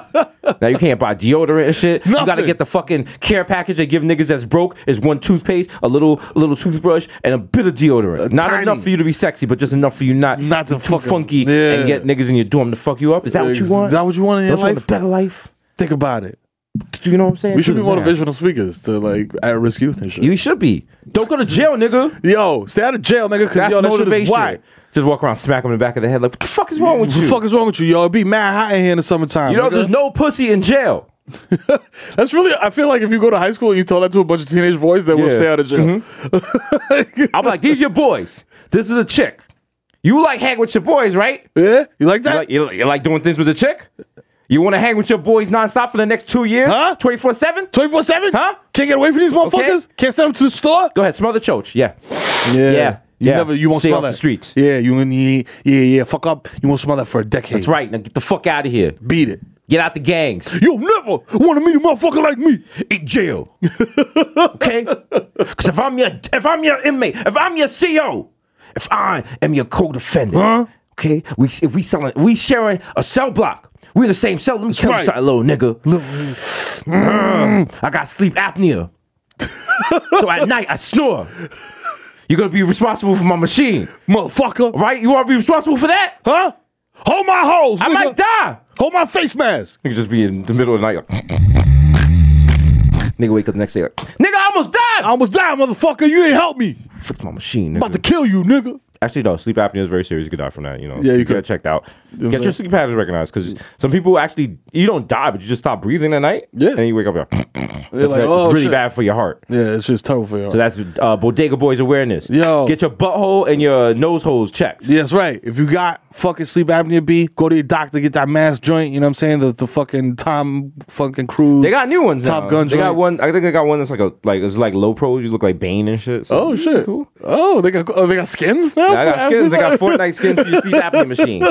Speaker 1: now you can't buy deodorant and shit. You gotta
Speaker 2: Nothing.
Speaker 1: get the fucking care package they give niggas that's broke is one toothpaste, a little a little toothbrush, and a bit of deodorant. not
Speaker 2: tiny.
Speaker 1: enough for you to be sexy, but just enough for you not,
Speaker 2: Not
Speaker 1: be
Speaker 2: to
Speaker 1: too
Speaker 2: fucking-
Speaker 1: funky
Speaker 2: Yeah.
Speaker 1: and get niggas in your dorm to fuck you up. Is that what you
Speaker 2: Is
Speaker 1: want?
Speaker 2: that what you want in your
Speaker 1: Don't want
Speaker 2: life?
Speaker 1: a better life?
Speaker 2: Think about it.
Speaker 1: Do you know what I'm saying?
Speaker 2: We should be
Speaker 1: Do the math.
Speaker 2: motivational speakers to like at risk youth and shit.
Speaker 1: You should be. Don't go to jail, nigga.
Speaker 2: yo, stay out of jail, nigga, because
Speaker 1: That's
Speaker 2: yo, that shit is
Speaker 1: motivation.
Speaker 2: whack.
Speaker 1: Just walk around, smack him in the back of the head, like, what the fuck is wrong
Speaker 2: What
Speaker 1: with you?
Speaker 2: the fuck is wrong with you, yo? It be mad hot in here in the summertime.
Speaker 1: you know,
Speaker 2: nigga.
Speaker 1: there's no pussy in jail.
Speaker 2: That's really. I feel like if you go to high school and you tell that to a bunch of teenage boys, they will
Speaker 1: Yeah. Mm-hmm.
Speaker 2: stay out of jail.
Speaker 1: I'm like, these your boys. This is a chick. You like hang with your boys, right?
Speaker 2: yeah, you like
Speaker 1: You
Speaker 2: that?
Speaker 1: like, you, like- you like doing things with a chick? You want to hang with your boys nonstop for the next two years?
Speaker 2: Huh?
Speaker 1: 24 7?
Speaker 2: Twenty four seven?
Speaker 1: Huh?
Speaker 2: Can't get away from these motherfuckers. Can't send them to the store.
Speaker 1: Go ahead, smell the choach. Yeah.
Speaker 2: Yeah,
Speaker 1: Yeah.
Speaker 2: You
Speaker 1: Yeah.
Speaker 2: never. You won't
Speaker 1: Stay
Speaker 2: smell
Speaker 1: off
Speaker 2: that.
Speaker 1: the streets.
Speaker 2: Yeah, you and yeah, yeah, yeah. Fuck up. You won't smell that for a decade.
Speaker 1: That's right. Now get the fuck out of here.
Speaker 2: Beat it.
Speaker 1: Get out the gangs.
Speaker 2: You'll never want to meet a motherfucker like me.
Speaker 1: Eat jail. okay? Because if I'm your if I'm your inmate, if I'm your CO, if I am your co-defendant,
Speaker 2: Huh?
Speaker 1: okay? We if we selling we sharing a cell block. We in the same cell. Let me tell
Speaker 2: right.
Speaker 1: you something, little nigga. Mm, I got sleep apnea. so at night I snore. You're gonna be responsible for my machine,
Speaker 2: Motherfucker.
Speaker 1: right? You wanna be responsible for that?
Speaker 2: Huh? Hold my holes.
Speaker 1: I
Speaker 2: nigga.
Speaker 1: might die.
Speaker 2: Hold my face mask.
Speaker 1: Nigga just be in the middle of the night. Like, nigga wake up the next day like, nigga, I almost died.
Speaker 2: I almost died, motherfucker. You didn't help me.
Speaker 1: fix my machine.
Speaker 2: About to kill you, nigga.
Speaker 1: Actually, no, sleep apnea is very serious. You could die from that. You know,
Speaker 2: Yeah, you
Speaker 1: get
Speaker 2: could.
Speaker 1: it checked out.
Speaker 2: what
Speaker 1: get
Speaker 2: I'm
Speaker 1: your sleep patterns recognized because some people actually you don't die, but you just stop breathing at night.
Speaker 2: Yeah.
Speaker 1: and you wake up like, that's
Speaker 2: They're like,
Speaker 1: bad-
Speaker 2: oh,
Speaker 1: it's really
Speaker 2: shit.
Speaker 1: bad for your heart.
Speaker 2: Yeah, it's just terrible for you.
Speaker 1: So that's uh, Bodega Boys awareness.
Speaker 2: Yo.
Speaker 1: get your butthole and your nose holes checked.
Speaker 2: Yeah, that's right. If you got fucking sleep apnea B, go to your doctor, get that mask joint, you know what I'm saying? The, the fucking Tom fucking Cruise.
Speaker 1: They got new ones.
Speaker 2: Top
Speaker 1: now.
Speaker 2: Gun
Speaker 1: They got
Speaker 2: joint.
Speaker 1: one. I think they got one that's like a like it's like low pro. You look like Bane and shit. So
Speaker 2: Oh
Speaker 1: it's
Speaker 2: shit.
Speaker 1: Cool.
Speaker 2: Oh, they got oh, they got skins now?
Speaker 1: I got
Speaker 2: for
Speaker 1: skins. I got
Speaker 2: absolute-
Speaker 1: Fortnite skins for your sleep apnea machine.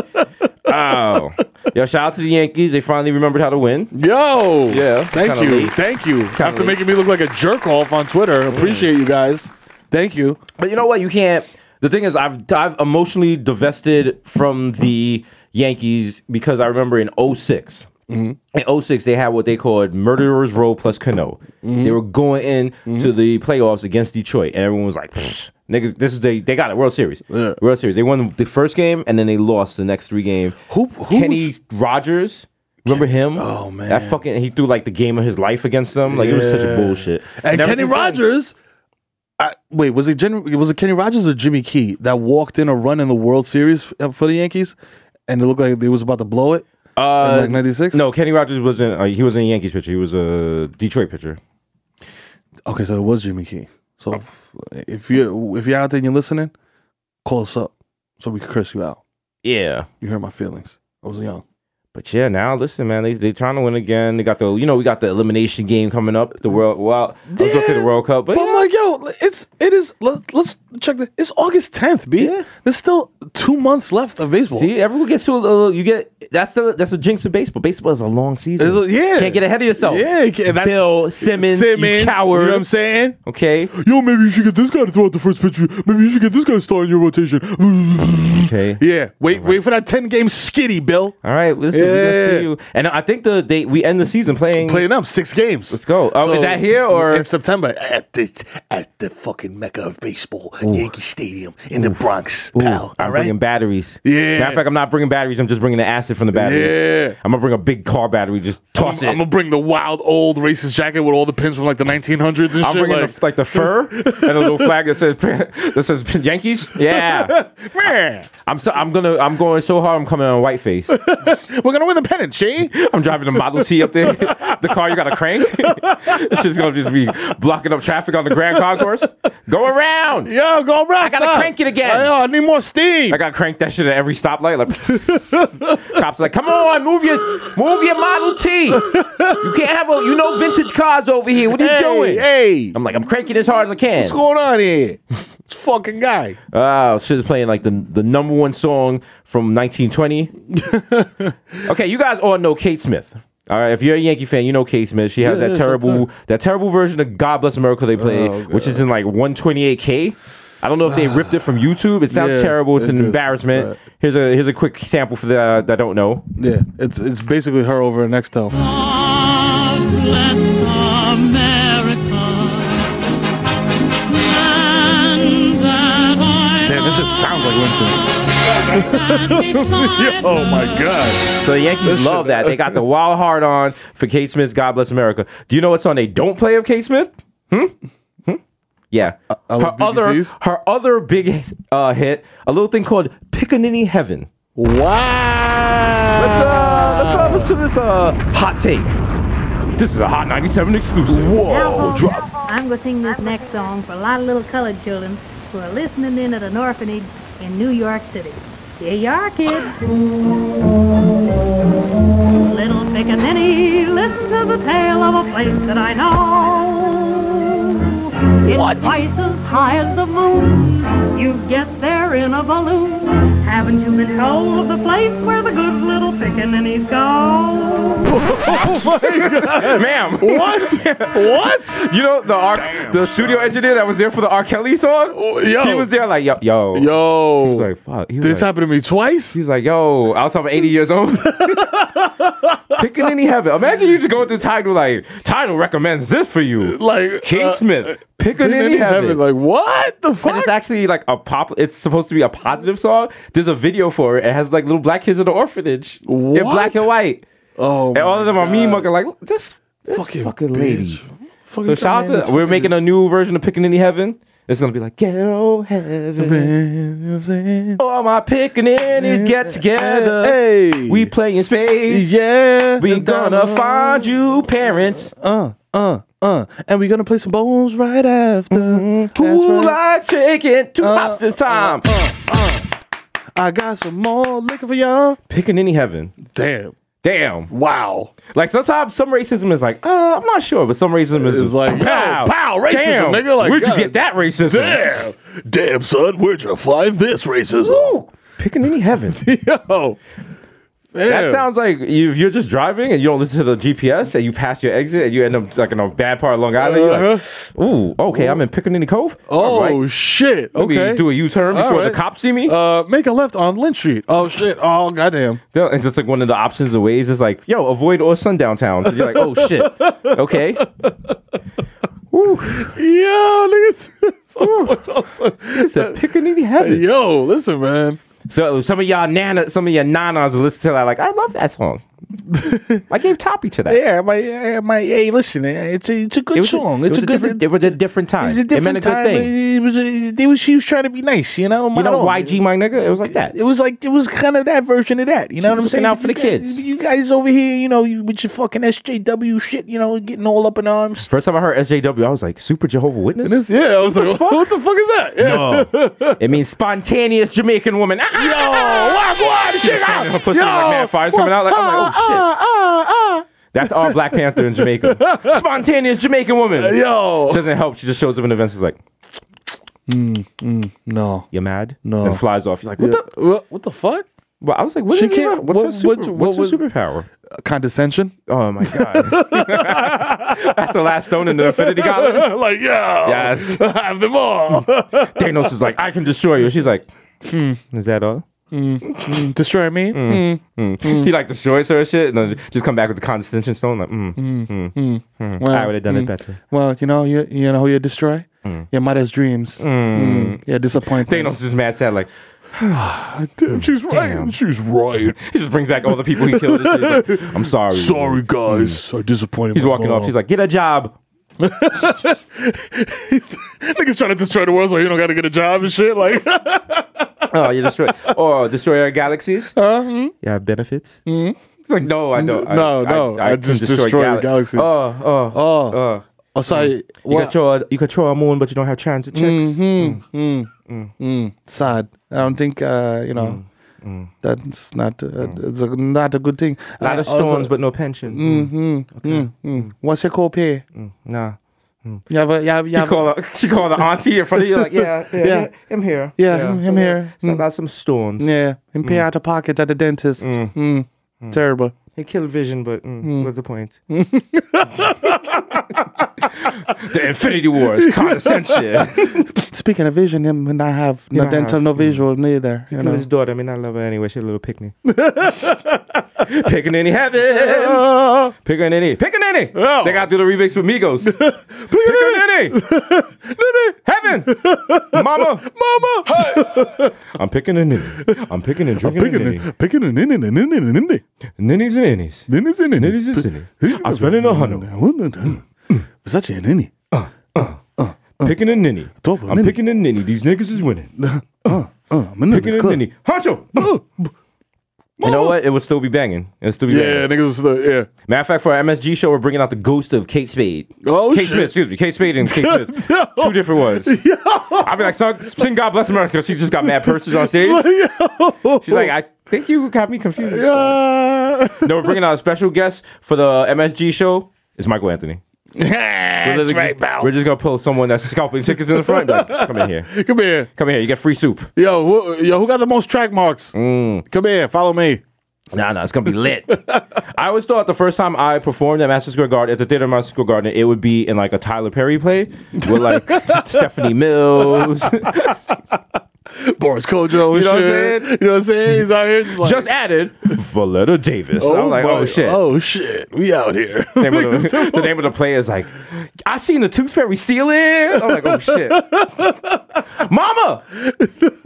Speaker 1: Oh, yo! Shout out to the Yankees. They finally remembered how to win.
Speaker 2: Yo.
Speaker 1: Yeah,
Speaker 2: Thank
Speaker 1: kinda
Speaker 2: you.
Speaker 1: late.
Speaker 2: Thank you. After
Speaker 1: late.
Speaker 2: making me look like a jerk off on Twitter. Appreciate you guys. Thank you.
Speaker 1: But you know what? You can't. The thing is, I've I've emotionally divested from the Yankees because I remember in 6 In 06, they had what they called Murderers Row plus Cano.
Speaker 2: Mm-hmm.
Speaker 1: They were going in to the playoffs against Detroit, and everyone was like, "Pfft, "Niggas, this is they they got it World Series, World Series." They won the first game, and then they lost the next three game.
Speaker 2: Who- who
Speaker 1: Kenny Rogers? Remember him?
Speaker 2: Oh, man.
Speaker 1: that fucking he threw like the game of his life against them. Like it was such
Speaker 2: Yeah.
Speaker 1: bullshit.
Speaker 2: And
Speaker 1: ever
Speaker 2: Kenny
Speaker 1: since then-
Speaker 2: Rogers. I, wait, was it Jen, was it Kenny Rogers or Jimmy Key that walked in a run in the World Series f- for the Yankees, and it looked like they was about to blow it?
Speaker 1: Uh,
Speaker 2: like 96?
Speaker 1: No, Kenny Rogers wasn't. Uh, he wasn't a Yankees pitcher. He was a Detroit pitcher.
Speaker 2: Okay, so it was Jimmy Key. So if-
Speaker 1: Oh.
Speaker 2: if you if you're out there and you're listening, call us up so we can curse you out.
Speaker 1: Yeah,
Speaker 2: You heard my feelings. I was young.
Speaker 1: but yeah. Now listen, man. They they trying to win again. They got the you know we got the elimination game coming up. The world. Well, I was going to the World Cup, but,
Speaker 2: But
Speaker 1: yeah.
Speaker 2: I'm like, yo, it's it is. Let, let's check the. It's August 10th, b.
Speaker 1: Yeah.
Speaker 2: There's still two months left of baseball.
Speaker 1: see, everyone gets to a little. You get that's the that's the jinx of baseball. Baseball is a long season.
Speaker 2: It's a- yeah.
Speaker 1: can't get ahead of yourself.
Speaker 2: Yeah, you can't- that's-
Speaker 1: Bill Simmons,
Speaker 2: Simmons,
Speaker 1: you coward.
Speaker 2: You know what I'm saying?
Speaker 1: Okay.
Speaker 2: Yo, maybe you should get this guy to throw out the first pitch. Maybe you should get this guy to start in your rotation.
Speaker 1: Okay.
Speaker 2: yeah, wait, wait for that 10 game skitty, Bill.
Speaker 1: All right. Listen, we gonna
Speaker 2: Yeah.
Speaker 1: see you. And I think the they we end the season playing.
Speaker 2: Playing up six games. Let's
Speaker 1: go. Oh, is that here or-
Speaker 2: in September at the at the fucking mecca of baseball, Yankee Stadium in the Bronx,
Speaker 1: Ooh,
Speaker 2: pal.
Speaker 1: I'm
Speaker 2: all right.
Speaker 1: bringing batteries.
Speaker 2: Yeah.
Speaker 1: Matter of fact, I'm not bringing batteries. I'm just bringing the acid from the batteries.
Speaker 2: Yeah.
Speaker 1: I'm gonna bring a big car battery. Just
Speaker 2: I'm,
Speaker 1: toss it.
Speaker 2: I'm gonna bring the wild old racist jacket with all the pins from like the 1900s and
Speaker 1: I'm
Speaker 2: shit.
Speaker 1: bringing
Speaker 2: Like,
Speaker 1: the, like the fur and a little flag that says that says Yankees. Yeah.
Speaker 2: man.
Speaker 1: I'm so I'm gonna I'm going so hard. I'm coming on whiteface.
Speaker 2: But We're gonna win the pennant, see?
Speaker 1: I'm driving the Model T up there. the car you got a crank. it's just gonna just be blocking up traffic on the Grand Concourse. Go around.
Speaker 2: Yo, go rest.
Speaker 1: gotta
Speaker 2: up.
Speaker 1: crank it again.
Speaker 2: Yo, I need more steam.
Speaker 1: I got cranked that shit at every stoplight. Like cops, are like, come on, move your move your Model T. You can't have a you know vintage cars over here. What are you
Speaker 2: hey,
Speaker 1: doing?
Speaker 2: Hey,
Speaker 1: I'm like, I'm cranking as hard as I can.
Speaker 2: what's going on here? It's fucking guy.
Speaker 1: Oh, shit's playing like the the number one song from 1920. okay, you guys all know Kate Smith. All right, if you're a Yankee fan, you know Kate Smith. She has that terrible that terrible version of God Bless America they play,
Speaker 2: Oh,
Speaker 1: which is in like 128k. I don't know if they ripped it from YouTube. It sounds
Speaker 2: Yeah,
Speaker 1: terrible. It's
Speaker 2: it
Speaker 1: an
Speaker 2: does.
Speaker 1: embarrassment.
Speaker 2: Right.
Speaker 1: Here's a here's a quick sample for the that don't know.
Speaker 2: Yeah, it's it's basically her over in next toe. Damn, this just sounds like Winston's. Oh my god.
Speaker 1: So the Yankees love that. They got the wild heart on for Kate Smith's God Bless America. Do you know what song they don't play of Kate Smith? Hmm? hmm? Yeah.
Speaker 2: I
Speaker 1: her
Speaker 2: love
Speaker 1: other
Speaker 2: BBCs.
Speaker 1: her other big uh, hit, a little thing called Pickaninny Heaven.
Speaker 2: Wow.
Speaker 1: Let's uh let's uh listen to this uh hot take. This is a hot 97 exclusive. Whoa, drop.
Speaker 4: I'm going to sing this next song for a lot of little colored children who are listening in at an orphanage in New York City. Here you are, kids. little pickaninny, listen to the tale of a place that I know. It's twice as high as the moon. You get there in a balloon. Haven't you been told of the place where the good little pickaninnies go?
Speaker 2: Oh
Speaker 1: Ma'am. What? what? You know the R- the studio engineer that was there for the R. Kelly song?
Speaker 2: yo.
Speaker 1: He was there like Oh, yo yo.
Speaker 2: Yo.
Speaker 1: He was like, fuck. He was
Speaker 2: this
Speaker 1: like-
Speaker 2: happened to me twice?
Speaker 1: He's like, yo, I was talking 80 years old. Picking any heaven. Imagine you just going through title like title recommends this for you.
Speaker 2: Like
Speaker 1: Kate
Speaker 2: uh,
Speaker 1: Smith, picking
Speaker 2: Didn't
Speaker 1: any
Speaker 2: it happen?
Speaker 1: heaven.
Speaker 2: Like what the
Speaker 1: and
Speaker 2: fuck?
Speaker 1: it's actually like a pop. It's supposed to be a positive song. There's a video for it. It has like little black kids in the orphanage in
Speaker 2: What?
Speaker 1: black and white,
Speaker 2: oh,
Speaker 1: and all of them are me
Speaker 2: God.
Speaker 1: mugging like this, this fucking, lady.
Speaker 2: bitch. Fucking
Speaker 1: So shout
Speaker 2: goddamn,
Speaker 1: out
Speaker 2: this
Speaker 1: to we're
Speaker 2: fucking-
Speaker 1: making a new version of Picking Any Heaven. It's gonna be like ghetto heaven. All my pickaninnies get together.
Speaker 2: Hey.
Speaker 1: We play in space.
Speaker 2: Yeah.
Speaker 1: We gonna find you, parents.
Speaker 2: Uh, uh, uh. And we're gonna play some bowls right after.
Speaker 1: Who
Speaker 2: That's right. Uh,
Speaker 1: likes chicken? Two pops this time.
Speaker 2: I got some more liquor for y'all.
Speaker 1: Picking any heaven.
Speaker 2: Damn.
Speaker 1: Damn.
Speaker 2: Wow.
Speaker 1: Like sometimes some racism is like, uh, I'm not sure, but some racism is
Speaker 2: It's like, yo, pow, racism,
Speaker 1: Damn.
Speaker 2: nigga, like,
Speaker 1: Where'd you
Speaker 2: God
Speaker 1: get that racism?
Speaker 2: Damn. Damn, son, where'd you find this racism?
Speaker 1: Picking any heaven.
Speaker 2: Yo.
Speaker 1: That sounds like if you're just driving and you don't listen to the GPS and you pass your exit and you end up like in a bad part of Long Island, you're like, ooh, okay, I'm in Pickaninny Cove.
Speaker 2: Uh-huh. Oh
Speaker 1: All right.
Speaker 2: shit.
Speaker 1: Let me
Speaker 2: Okay.
Speaker 1: do a U-turn
Speaker 2: All
Speaker 1: before the
Speaker 2: right.
Speaker 1: cops see me.
Speaker 2: Uh, make a left on Lynch Street. Oh shit. Oh goddamn.
Speaker 1: They'll- It's just like one of the options of ways is like, yo, avoid all sundown towns. And you're like, oh shit. Okay.
Speaker 2: Yo, niggas.
Speaker 1: It's a Pickaninny heaven.
Speaker 2: Yo, listen, man.
Speaker 1: So some of y'all nana some of your nanas will listen to that like, I love that song. I gave Toppy to that.
Speaker 2: Yeah, my, yeah, my. Hey, listen. eh, It's a, it's a good
Speaker 1: It was,
Speaker 2: song.
Speaker 1: it
Speaker 2: it's
Speaker 1: was
Speaker 2: a, good.
Speaker 1: different, it was a different time.
Speaker 2: It's a
Speaker 1: it
Speaker 2: different
Speaker 1: meant a good
Speaker 2: time.
Speaker 1: thing.
Speaker 2: It was. A, they was. She was trying to be nice. You know.
Speaker 1: You
Speaker 2: I
Speaker 1: know,
Speaker 2: don't-
Speaker 1: YG, my nigga, it was like that.
Speaker 2: It was like it was kind of that version of that. You know what I'm
Speaker 1: looking
Speaker 2: saying?
Speaker 1: out for
Speaker 2: You
Speaker 1: the
Speaker 2: guys-
Speaker 1: kids.
Speaker 2: You guys over here, you know, you, with your fucking SJW shit, you know, getting all up in arms.
Speaker 1: First time I heard SJW, I was like, Super Jehovah Witness?
Speaker 2: yeah, I was like, what the fuck is that? Yeah.
Speaker 1: No. it means spontaneous Jamaican woman. Ah, Yo,
Speaker 2: what, what, shit,
Speaker 1: Her
Speaker 2: ah,
Speaker 1: pussy like
Speaker 2: yo,
Speaker 1: mad fires coming out. Like, I'm like, oh shit. uh,
Speaker 2: Ah, ah,
Speaker 1: That's our Black Panther in Jamaica. Spontaneous Jamaican woman.
Speaker 2: ah. Yo.
Speaker 1: She doesn't help. She just shows up in events. Is like,
Speaker 2: No.
Speaker 1: you mad?
Speaker 2: No.
Speaker 1: And flies off. She's like, what the?
Speaker 2: What, what the fuck?
Speaker 1: Well, I was like, what
Speaker 2: She
Speaker 1: is
Speaker 2: can't-
Speaker 1: your- What's her
Speaker 2: what-
Speaker 1: super,
Speaker 2: what-
Speaker 1: what's her
Speaker 2: what
Speaker 1: superpower?
Speaker 2: Condescension?
Speaker 1: Oh my god. That's the last stone in the Infinity Gauntlet.
Speaker 2: like, yeah.
Speaker 1: Yes.
Speaker 2: have them all.
Speaker 1: Thanos is like, I can destroy you. She's like, hmm, is that all?
Speaker 2: Destroy me?
Speaker 1: He like destroys her and shit, and then just come back with the condescension stone. Like, mm,
Speaker 2: Well,
Speaker 1: I would have done it
Speaker 2: mm.
Speaker 1: better.
Speaker 2: Well, you know, you, you know who you destroy? Your mother's dreams. Mm. Yeah, disappointment.
Speaker 1: Thanos is mad sad. Like
Speaker 2: Damn, she's right.
Speaker 1: Damn.
Speaker 2: She's right.
Speaker 1: he just brings back all the people he killed. And shit. He's like, I'm sorry.
Speaker 2: Sorry, guys. I disappointed.
Speaker 1: He's walking off. She's like, get a job.
Speaker 2: niggas trying to destroy the world so he don't got to get a job and shit. Like,
Speaker 1: Oh, you destroy. oh, destroy our galaxies. Uh-huh. You have benefits. It's like, no, I don't. I-
Speaker 2: Mm-hmm. No, no, I just destroyed
Speaker 1: Gal-
Speaker 2: galaxies.
Speaker 1: Oh, oh,
Speaker 2: Oh.
Speaker 1: oh.
Speaker 2: Oh, sorry.
Speaker 5: You
Speaker 2: What? Mm-hmm.
Speaker 5: control you control a moon, but you don't have transit checks.
Speaker 2: Mm,
Speaker 5: Mm.
Speaker 2: Sad. I don't think uh, you know. That's not. Uh, It's a, not a good thing.
Speaker 5: Mm, A lot of
Speaker 2: I also- mm.
Speaker 5: storms, but no pension. Mm.
Speaker 2: What's your copay?
Speaker 5: Nah.
Speaker 2: You have a. You have. You
Speaker 1: You
Speaker 2: have
Speaker 1: call her, she called the auntie in front of you, like, yeah, yeah,
Speaker 2: Yeah.
Speaker 5: I'm here.
Speaker 2: Yeah, I'm- I'm here.
Speaker 5: It's about some storms.
Speaker 2: yeah. And
Speaker 5: Mm.
Speaker 2: pay out of pocket at the dentist. Mm. Terrible.
Speaker 5: It killed Vision, but mm, what's the point?
Speaker 1: the Infinity War is condescension.
Speaker 2: Speaking of vision, him and I have no
Speaker 5: don't
Speaker 2: dental,
Speaker 5: have,
Speaker 2: no visual neither. You
Speaker 5: Killed
Speaker 2: know.
Speaker 5: his daughter. I mean, I love her anyway. She's a little picnic. picking any heaven.
Speaker 2: Oh,
Speaker 5: Picking any. Picking any.
Speaker 1: Oh. They got to do the remix with Migos. Picking
Speaker 5: Heaven. Mama. Mama. I'm picking a ninny. I'm picking and drinking a ninny.
Speaker 2: picking an in and in and in and in.
Speaker 5: Ninnies and innies.
Speaker 2: Then it's in and
Speaker 5: Ninnies is innies. I'm spending a hundred.
Speaker 2: Was that your ninny? Uh.
Speaker 5: Picking a ninny.
Speaker 2: Double
Speaker 5: I'm
Speaker 2: ninny.
Speaker 5: picking a ninny. These niggas is winning.
Speaker 2: Uh,
Speaker 5: Picking a
Speaker 2: Picking
Speaker 5: ninny. Honcho.
Speaker 2: Uh.
Speaker 5: You know what? It would still be banging. It would still be
Speaker 2: Yeah,
Speaker 5: banging.
Speaker 2: niggas was the yeah.
Speaker 1: Matter of fact, for our MSG show, we're bringing out the ghost of Kate Spade.
Speaker 2: Oh,
Speaker 1: Kate
Speaker 2: shit.
Speaker 1: Smith, excuse me. Kate Spade and Kate Smith. Two different ones. I'd be like, son, sing God Bless America. She just got mad purses on stage. She's like, I think you got me confused.
Speaker 2: Yeah.
Speaker 1: No, we're bringing out a special guest for the MSG show. It's Michael Anthony. we're,
Speaker 2: That's
Speaker 1: literally
Speaker 2: right,
Speaker 1: just,
Speaker 2: pal.
Speaker 1: we're just gonna pull someone that's scalping tickets in the front. be Like, come in here,
Speaker 2: Come here.
Speaker 1: come here. You get free soup.
Speaker 2: Yo, who, yo, who got the most track marks? Come here, follow me.
Speaker 1: Nah, nah, it's gonna be lit. I always thought the first time I performed at Master Square Garden at the theater, of Master Square Garden, it would be in like a Tyler Perry play with like Stephanie Mills.
Speaker 2: Boris Kojo and
Speaker 1: You know what I'm
Speaker 2: shit.
Speaker 1: saying?
Speaker 2: You know what I'm saying? He's out here just like
Speaker 1: Just added Valletta Davis. I'm like,
Speaker 2: my-
Speaker 1: oh shit.
Speaker 2: Oh shit. We out here.
Speaker 1: The name of the, the name of the player is like, I seen the Tooth Fairy stealing. I'm like, oh shit, Mama!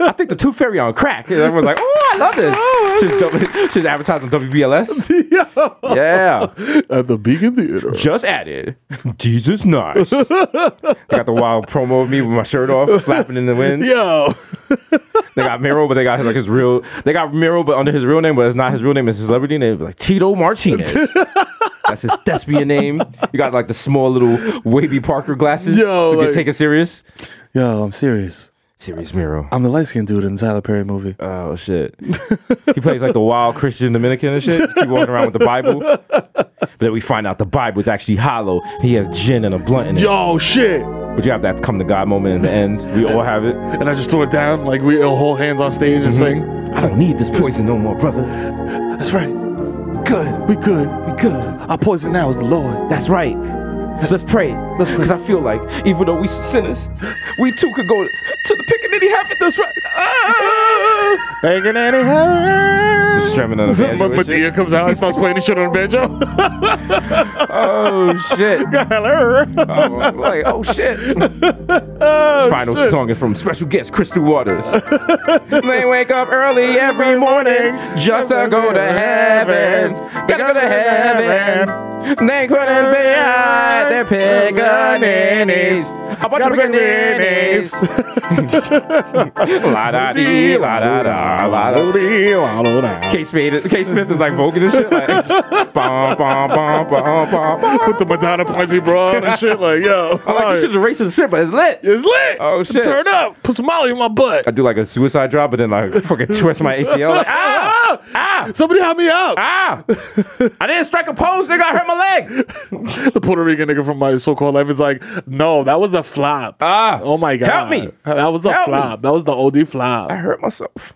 Speaker 1: I think the Tooth Fairy on crack. And everyone's like, oh, I love this. She's, w- she's advertising WBLS. Yeah,
Speaker 2: At the Beacon Theater.
Speaker 1: just added Jesus nice. I got the wild promo of me with my shirt off, flapping in the wind.
Speaker 2: Yo.
Speaker 1: They got Miro, but they got like his real. They got Miro, but under his real name, but it's not his real name. It's his celebrity name, like Tito Martinez. That's his thespian name. You got like the small little wavy Parker glasses
Speaker 2: Yo,
Speaker 1: to
Speaker 2: like-
Speaker 1: get taken serious.
Speaker 2: Yo, I'm serious.
Speaker 1: Serious Miro.
Speaker 2: I'm the light skinned dude in the Tyler Perry movie.
Speaker 1: Oh shit. he plays like the wild Christian Dominican and shit. Keep walking around with the Bible, but then we find out the Bible is actually hollow. He has gin and a blunt in it.
Speaker 2: Yo, shit.
Speaker 1: But you have that come to God moment in the end. We all have it.
Speaker 2: And I just throw it down, like we all hold hands on stage and sing.
Speaker 1: I don't need this poison no more, brother.
Speaker 2: That's right. We good. We good.
Speaker 1: We good.
Speaker 2: Our poison now is the Lord.
Speaker 1: That's right. Let's pray. Let's pray. Because I feel like, even though we sinners, we too could go to the Pickaninny Half. That's right. Ah!
Speaker 2: Bacon and a hair.
Speaker 1: Strumming on the banjo and
Speaker 2: Medea comes out and starts playing the shit on the banjo.
Speaker 1: Oh shit!
Speaker 2: Hello.
Speaker 1: I'm like, oh shit! Final song is from special guest Crystal Waters. they wake up early every morning just to go to heaven. Gotta go to heaven. They couldn't be at their pickaninnies. A bunch of pickaninnies. La da dee, la da da, la da K Smith, K Smith is like vocal and shit. Like, bum, bum, bum, bum, bum, bum.
Speaker 2: Put the Madonna pointy bra on and shit, like yo.
Speaker 1: I'm like, this shit's a racist shit, but it's lit.
Speaker 2: It's lit.
Speaker 1: Oh, shit.
Speaker 2: Turn up. Put some Molly in my butt.
Speaker 1: I do like a suicide drop, but then I fucking twist my ACL. Like, ah, ah,
Speaker 2: Somebody help me out.
Speaker 1: ah! I didn't strike a pose, nigga. I hurt my leg.
Speaker 2: The Puerto Rican nigga from my so-called life is like, no, that was a flop.
Speaker 1: Ah.
Speaker 2: oh my god,
Speaker 1: Help me.
Speaker 2: That was a
Speaker 1: Help
Speaker 2: flop. That was the OD flop.
Speaker 1: I hurt myself.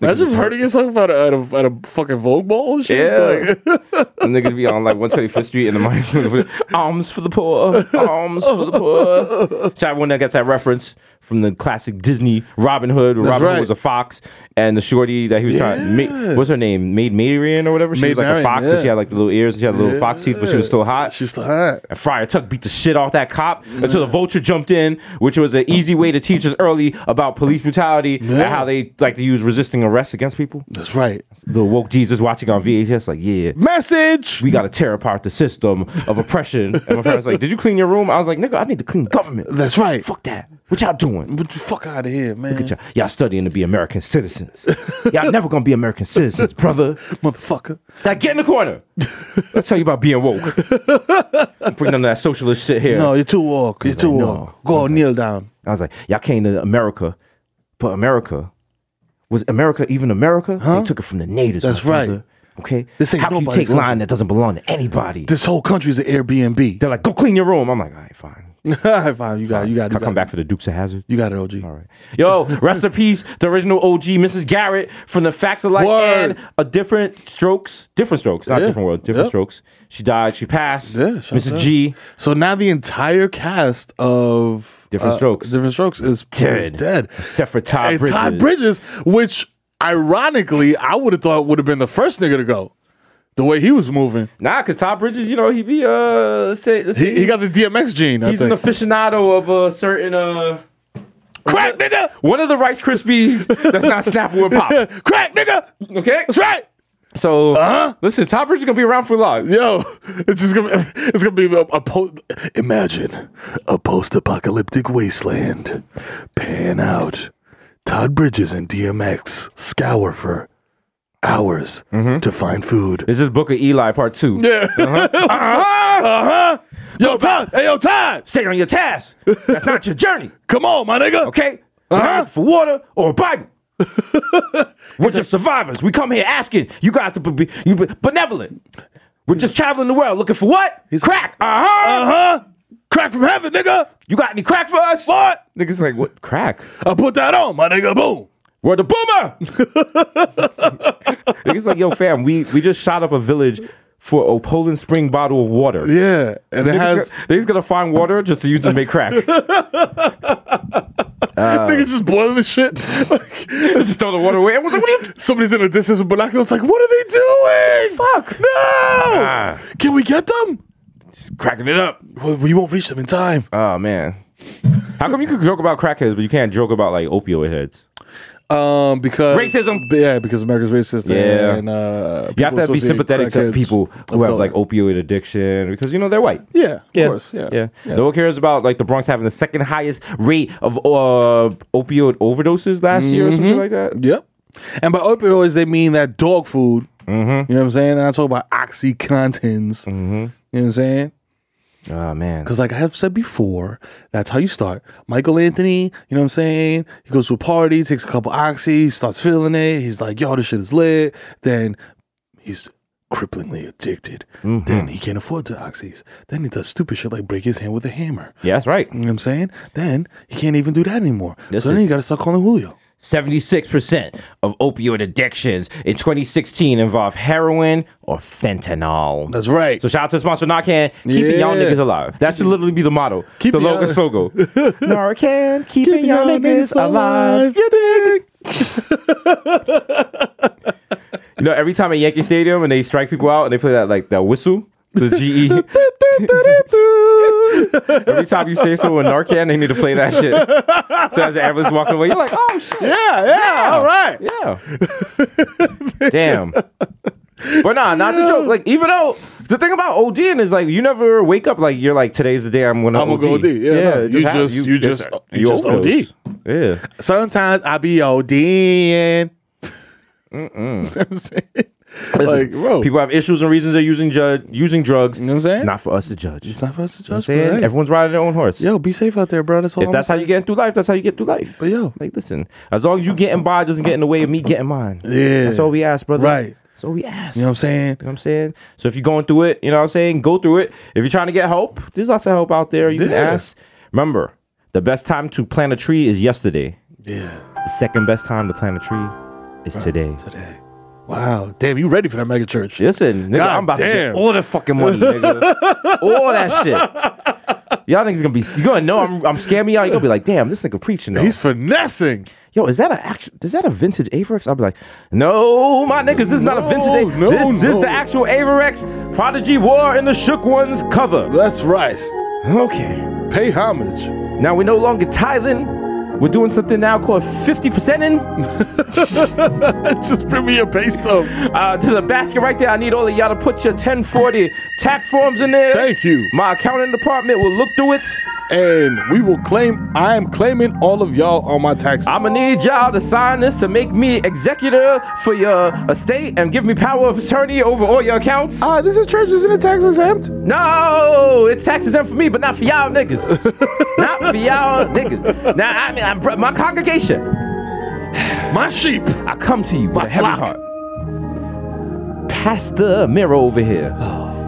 Speaker 2: That's just hurting yourself at a, at a, at a fucking Vogue ball and shit.
Speaker 1: Yeah.
Speaker 2: Like,
Speaker 1: And niggas be on like 125th Street in the mind. Alms for the poor. Alms for the poor. So everyone that gets that reference from the classic Disney Robin Hood. where Robin
Speaker 2: right.
Speaker 1: Hood was a fox, and the shorty that he was trying. Ma- what's her name? Maid Marian or whatever. She
Speaker 2: Maid
Speaker 1: was like
Speaker 2: Marian,
Speaker 1: a fox, and she
Speaker 2: yeah.
Speaker 1: had like the little ears, and she had the little fox teeth, but she was still hot.
Speaker 2: she's like, huh?
Speaker 1: And Friar Tuck beat the shit off that cop until the vulture jumped in, which was an easy way to teach us early about police brutality and how they like to use resisting arrest against people.
Speaker 2: That's right.
Speaker 1: The woke Jesus watching on VHS, like, yeah,
Speaker 2: Message.
Speaker 1: we gotta tear apart the system of oppression. And my parents like, did you clean your room? I was like, nigga, I need to clean government.
Speaker 2: That's right.
Speaker 1: Fuck that. What y'all doing?
Speaker 2: But the fuck out of here, man.
Speaker 1: Look at y'all. Y'all studying to be American citizens. y'all never gonna be American citizens, brother.
Speaker 2: Motherfucker.
Speaker 1: Now get in the corner. I'll tell you about being woke. Bring none of that socialist shit here.
Speaker 2: No, you're too woke. You're too
Speaker 1: like,
Speaker 2: woke. Go kneel down.
Speaker 1: I was like, y'all came to America, but America was America even America? They took it from the natives.
Speaker 2: That's
Speaker 1: my brother.
Speaker 2: right.
Speaker 1: Okay,
Speaker 2: This ain't
Speaker 1: how can you
Speaker 2: nobody's
Speaker 1: take line that doesn't belong to anybody?
Speaker 2: This whole country's an Airbnb.
Speaker 1: They're like, go clean your room. I'm like, all right, fine.
Speaker 2: Fine, you got it. You got it. you
Speaker 1: I'll come
Speaker 2: got it.
Speaker 1: back for the Dukes of Hazard.
Speaker 2: You got it, OG. All
Speaker 1: All right. Yo, rest in peace, the original OG, Mrs. Garrett from the Facts of Life
Speaker 2: Word.
Speaker 1: and a different strokes, different strokes, not
Speaker 2: Yeah.
Speaker 1: different world, different
Speaker 2: Yep.
Speaker 1: strokes. She died. She passed.
Speaker 2: Yeah, shout
Speaker 1: Mrs.
Speaker 2: out.
Speaker 1: G.
Speaker 2: So now the entire cast of uh,
Speaker 1: Different Strokes.
Speaker 2: different strokes is dead.
Speaker 1: Dead.
Speaker 2: Is dead.
Speaker 1: Except for Todd
Speaker 2: And
Speaker 1: Bridges.
Speaker 2: Todd Bridges, which ironically I would have thought would have been the first nigga to go, the way he was moving.
Speaker 1: Nah, cause Todd Bridges, you know, he be uh, let's say, let's
Speaker 2: He,
Speaker 1: say-
Speaker 2: he got the DMX gene. I
Speaker 1: he's an
Speaker 2: think.
Speaker 1: aficionado of a certain uh.
Speaker 2: crack nigga,
Speaker 1: One of the Rice Krispies that's not Snapple and Pop.
Speaker 2: crack nigga.
Speaker 1: Okay,
Speaker 2: That's right.
Speaker 1: so
Speaker 2: Uh-huh.
Speaker 1: listen, Todd Bridges is gonna be around for a lot.
Speaker 2: Yo, it's just gonna it's gonna be a, a po- imagine a post-apocalyptic wasteland. Pan out. Todd Bridges and DMX scour for hours
Speaker 1: Mm-hmm.
Speaker 2: to find food.
Speaker 1: This is Book of Eli Part Two.
Speaker 2: Yeah. Uh-huh. uh-huh. Yo, Todd. Hey, yo, Todd.
Speaker 1: Stay on your task. That's not your journey.
Speaker 2: Come on, my nigga.
Speaker 1: okay? We're not looking for water or a Bible. We're just survivors. We come here asking you guys to be, you be benevolent. We're just traveling the world looking for what? Crack. Uh huh.
Speaker 2: Uh-huh. Crack from heaven, nigga.
Speaker 1: You got any crack for us?
Speaker 2: What?
Speaker 1: Niggas like what? Crack.
Speaker 2: I put that on, my nigga. Boom.
Speaker 1: We're the boomer. Niggas like yo fam. We we just shot up a village for a Poland Spring bottle of water.
Speaker 2: Yeah. And it
Speaker 1: Niggas,
Speaker 2: has
Speaker 1: go- niggas gonna find water just to use to make crack.
Speaker 2: niggas just boiling the shit.
Speaker 1: just throw the water away. Everyone's like, what are you?
Speaker 2: Somebody's in the distance with binoculars. Like, what are they doing? Fuck! No!
Speaker 1: Ah.
Speaker 2: Can we get them?
Speaker 1: Cracking it up.
Speaker 2: Well, we won't reach them in time.
Speaker 1: Oh man. How come you can joke about crackheads, but you can't joke about like opioid heads?
Speaker 2: Um, because
Speaker 1: Racism.
Speaker 2: Yeah, because America's racist.
Speaker 1: Yeah.
Speaker 2: and, uh,
Speaker 1: You have to
Speaker 2: people
Speaker 1: be
Speaker 2: associate
Speaker 1: sympathetic to
Speaker 2: crackheads
Speaker 1: people who
Speaker 2: of
Speaker 1: have like
Speaker 2: color.
Speaker 1: opioid addiction because you know they're white.
Speaker 2: yeah, of course, yeah,
Speaker 1: yeah. No one cares about like the Bronx having the second highest rate of uh, opioid overdoses last year or
Speaker 2: Mm-hmm.
Speaker 1: something like that.
Speaker 2: Yep. And by opioids, they mean that dog food.
Speaker 1: Mm-hmm.
Speaker 2: You know what I'm saying? And I talk about oxycontins. Mm-hmm. You know what I'm saying?
Speaker 1: Oh man.
Speaker 2: Because, like I have said before, that's how you start. Michael Anthony, you know what I'm saying? He goes to a party, takes a couple oxy, starts feeling it. He's like, yo, this shit is lit. Then he's cripplingly addicted. Then he can't afford the oxys. Then he does stupid shit like break his hand with a hammer.
Speaker 1: Yeah, that's right.
Speaker 2: You know what I'm saying? Then he can't even do that anymore. so
Speaker 1: Listen.
Speaker 2: then you gotta start calling Julio.
Speaker 1: 76% of opioid addictions in 2016 involve heroin or fentanyl.
Speaker 2: That's right.
Speaker 1: So shout out to sponsor Narcan, keeping y'all
Speaker 2: Yeah.
Speaker 1: niggas alive. That should literally be the motto.
Speaker 2: Keep
Speaker 1: the
Speaker 2: y'all-
Speaker 1: logo logo. Narcan, keeping, y'all niggas alive.
Speaker 2: You dig?
Speaker 1: You know, every time at Yankee Stadium and they strike people out and they play that like that whistle, the GE. every time you say so with Narcan, they need to play that shit. So as the ambulance walking away, you're like, oh shit.
Speaker 2: Yeah, yeah, all right.
Speaker 1: Yeah. Damn. But nah, not the joke. Like, even though the thing about ODing is like, you never wake up like you're like, today's the day I'm gonna.
Speaker 2: I'm gonna go OD. Yeah, no,
Speaker 1: it
Speaker 2: you
Speaker 1: happens.
Speaker 2: just- you
Speaker 1: it's-
Speaker 2: just- uh, you just
Speaker 1: overdose. Yeah.
Speaker 2: Sometimes I be ODing. You know what I'm saying? like, bro.
Speaker 1: People have issues and reasons they're using ju- using drugs. You
Speaker 2: know what I'm saying?
Speaker 1: It's not for us to judge.
Speaker 2: It's not for us to
Speaker 1: You know what I'm
Speaker 2: judge. bro.
Speaker 1: saying?
Speaker 2: Hey,
Speaker 1: Everyone's riding their own horse.
Speaker 2: Yo, be safe out there, bro. That's all.
Speaker 1: If
Speaker 2: I'm
Speaker 1: that's how you get through life, that's how you get through life.
Speaker 2: But yo.
Speaker 1: like listen, as long as you getting by doesn't get in the way of me getting mine.
Speaker 2: Yeah.
Speaker 1: that's all we ask, brother.
Speaker 2: Right.
Speaker 1: That's all we ask.
Speaker 2: You know what I'm saying?
Speaker 1: You know what I'm saying? So if you're going through it, you know what I'm saying? Go through it. If you're trying to get help, there's lots of help out there. You can
Speaker 2: Yeah.
Speaker 1: ask. Remember, the best time to plant a tree is yesterday.
Speaker 2: Yeah.
Speaker 1: The second best time to plant a tree is today.
Speaker 2: Today. Wow. Damn, you ready for that mega church?
Speaker 1: Listen, nigga,
Speaker 2: God
Speaker 1: I'm about to
Speaker 2: damn.
Speaker 1: get all the fucking money, nigga. all that shit. Y'all niggas gonna be you gonna know I'm I'm scamming y'all. You're gonna be like, damn, this nigga preaching though.
Speaker 2: He's finessing.
Speaker 1: Yo, is that a actual? Is that a vintage Averex? I'll be like, no, my niggas, this is not a vintage. A-
Speaker 2: No, no,
Speaker 1: this is
Speaker 2: no.
Speaker 1: the actual Averex Prodigy War in the Shook Ones cover.
Speaker 2: That's right.
Speaker 1: Okay,
Speaker 2: Pay homage.
Speaker 1: now we're no longer Thailand. We're doing something now called 50% in.
Speaker 2: Just bring me your pay stub.
Speaker 1: Uh, there's a basket right there. I need all of y'all to put your 1040 tax forms in there.
Speaker 2: Thank you.
Speaker 1: My accounting department will look through it.
Speaker 2: and we will claim. I am claiming all of y'all on my taxes.
Speaker 1: I'ma need y'all to sign this to make me executor for your estate and give me power of attorney over all your accounts.
Speaker 2: Ah, this is church isn't a tax exempt.
Speaker 1: No, it's taxes and for me, but not for y'all niggas. not for y'all niggas. Now, I mean, I'm, my congregation,
Speaker 2: My sheep.
Speaker 1: I come to you with
Speaker 2: My
Speaker 1: a heavy
Speaker 2: flock.
Speaker 1: heart. Pastor Miro over here,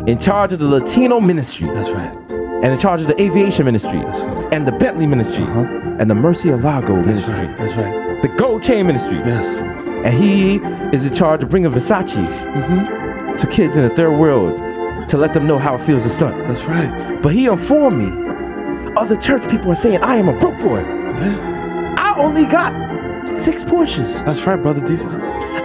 Speaker 1: in charge of the Latino ministry,
Speaker 2: Oh. That's right.
Speaker 1: and in charge of the aviation ministry,
Speaker 2: right.
Speaker 1: and the Bentley ministry, and the Mercy Lago ministry,
Speaker 2: Uh-huh. That's right.
Speaker 1: the Gold Chain ministry,
Speaker 2: Yes.
Speaker 1: and he is in charge of bringing Versace
Speaker 2: Mm-hmm.
Speaker 1: to kids in the third world to let them know how it feels to stunt.
Speaker 2: That's right.
Speaker 1: But he informed me other church people are saying I am a broke boy. I only got six Porsches.
Speaker 2: That's right, brother Jesus.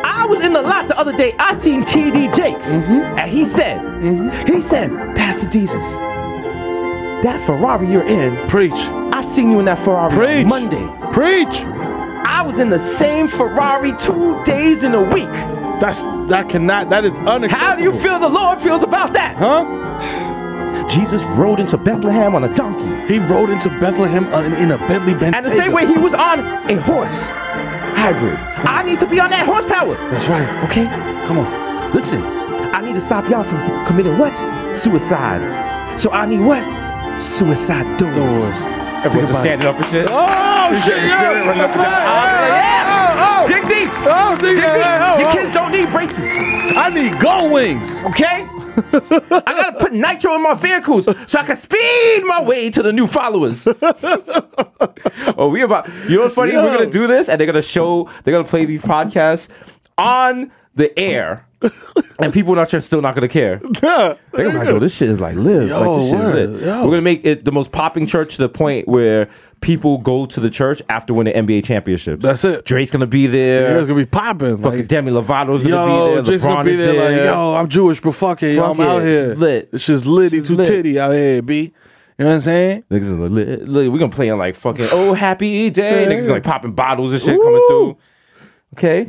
Speaker 1: I was in the lot the other day. I seen TD Jakes,
Speaker 6: Mm-hmm.
Speaker 1: and he said, he said, Pastor Jesus, that Ferrari you're in,
Speaker 2: Preach.
Speaker 1: I seen you in that Ferrari on
Speaker 2: Preach.
Speaker 1: Monday.
Speaker 2: Preach.
Speaker 1: I was in the same Ferrari two days in a week.
Speaker 2: That's that cannot. That is unacceptable.
Speaker 1: How do you feel the Lord feels about that?
Speaker 2: Huh?
Speaker 1: Jesus rode into Bethlehem on a donkey,
Speaker 2: He rode into Bethlehem on- in a Bentley Bentayga.
Speaker 1: and the same way he was on a horse, hybrid. I need to be on that horsepower.
Speaker 2: That's right.
Speaker 1: Okay,
Speaker 2: Come on.
Speaker 1: listen, I need to stop y'all from committing what? Suicide. So I need what? Suicide doors.
Speaker 2: Doors.
Speaker 1: Think
Speaker 6: Everyone's just
Speaker 1: about it.
Speaker 6: standing up and shit.
Speaker 2: Oh shit!
Speaker 6: shit, yeah. running up and down.
Speaker 1: Yeah.
Speaker 2: Oh,
Speaker 1: Dig deep.
Speaker 2: Oh, dig
Speaker 1: Dig
Speaker 2: deep. Oh,
Speaker 1: deep. Your
Speaker 2: oh.
Speaker 1: kids don't need braces.
Speaker 2: I need gold wings.
Speaker 1: Okay. I gotta put nitro in my vehicles so I can speed my way to the new followers. oh, we about you know what's funny? We're gonna do this and they're gonna show they're gonna play these podcasts on the air. and people in our church still not gonna care. They're gonna be like, yo, this shit is like live. like this shit
Speaker 2: word,
Speaker 1: is lit.
Speaker 2: yo.
Speaker 1: We're gonna make it the most popping church to the point where people go to the church after winning NBA championships.
Speaker 2: That's it.
Speaker 1: Drake's gonna be there.
Speaker 2: Yeah, it's gonna be popping.
Speaker 1: Fucking
Speaker 2: Like,
Speaker 1: Demi Lovato's gonna
Speaker 2: yo,
Speaker 1: be there.
Speaker 2: just
Speaker 1: LeBron
Speaker 2: gonna be
Speaker 1: is
Speaker 2: there.
Speaker 1: there.
Speaker 2: Like, yo, I'm Jewish, but fuck it. yo,
Speaker 1: Fuck
Speaker 2: I'm out
Speaker 1: it, it's
Speaker 2: here.
Speaker 1: lit.
Speaker 2: It's just litty
Speaker 1: It's
Speaker 2: to
Speaker 1: lit.
Speaker 2: titty out here, b. You know what I'm saying?
Speaker 1: Niggas are lit. Look, we're gonna play on like fucking oh happy day. Niggas like popping bottles and shit coming through. Okay.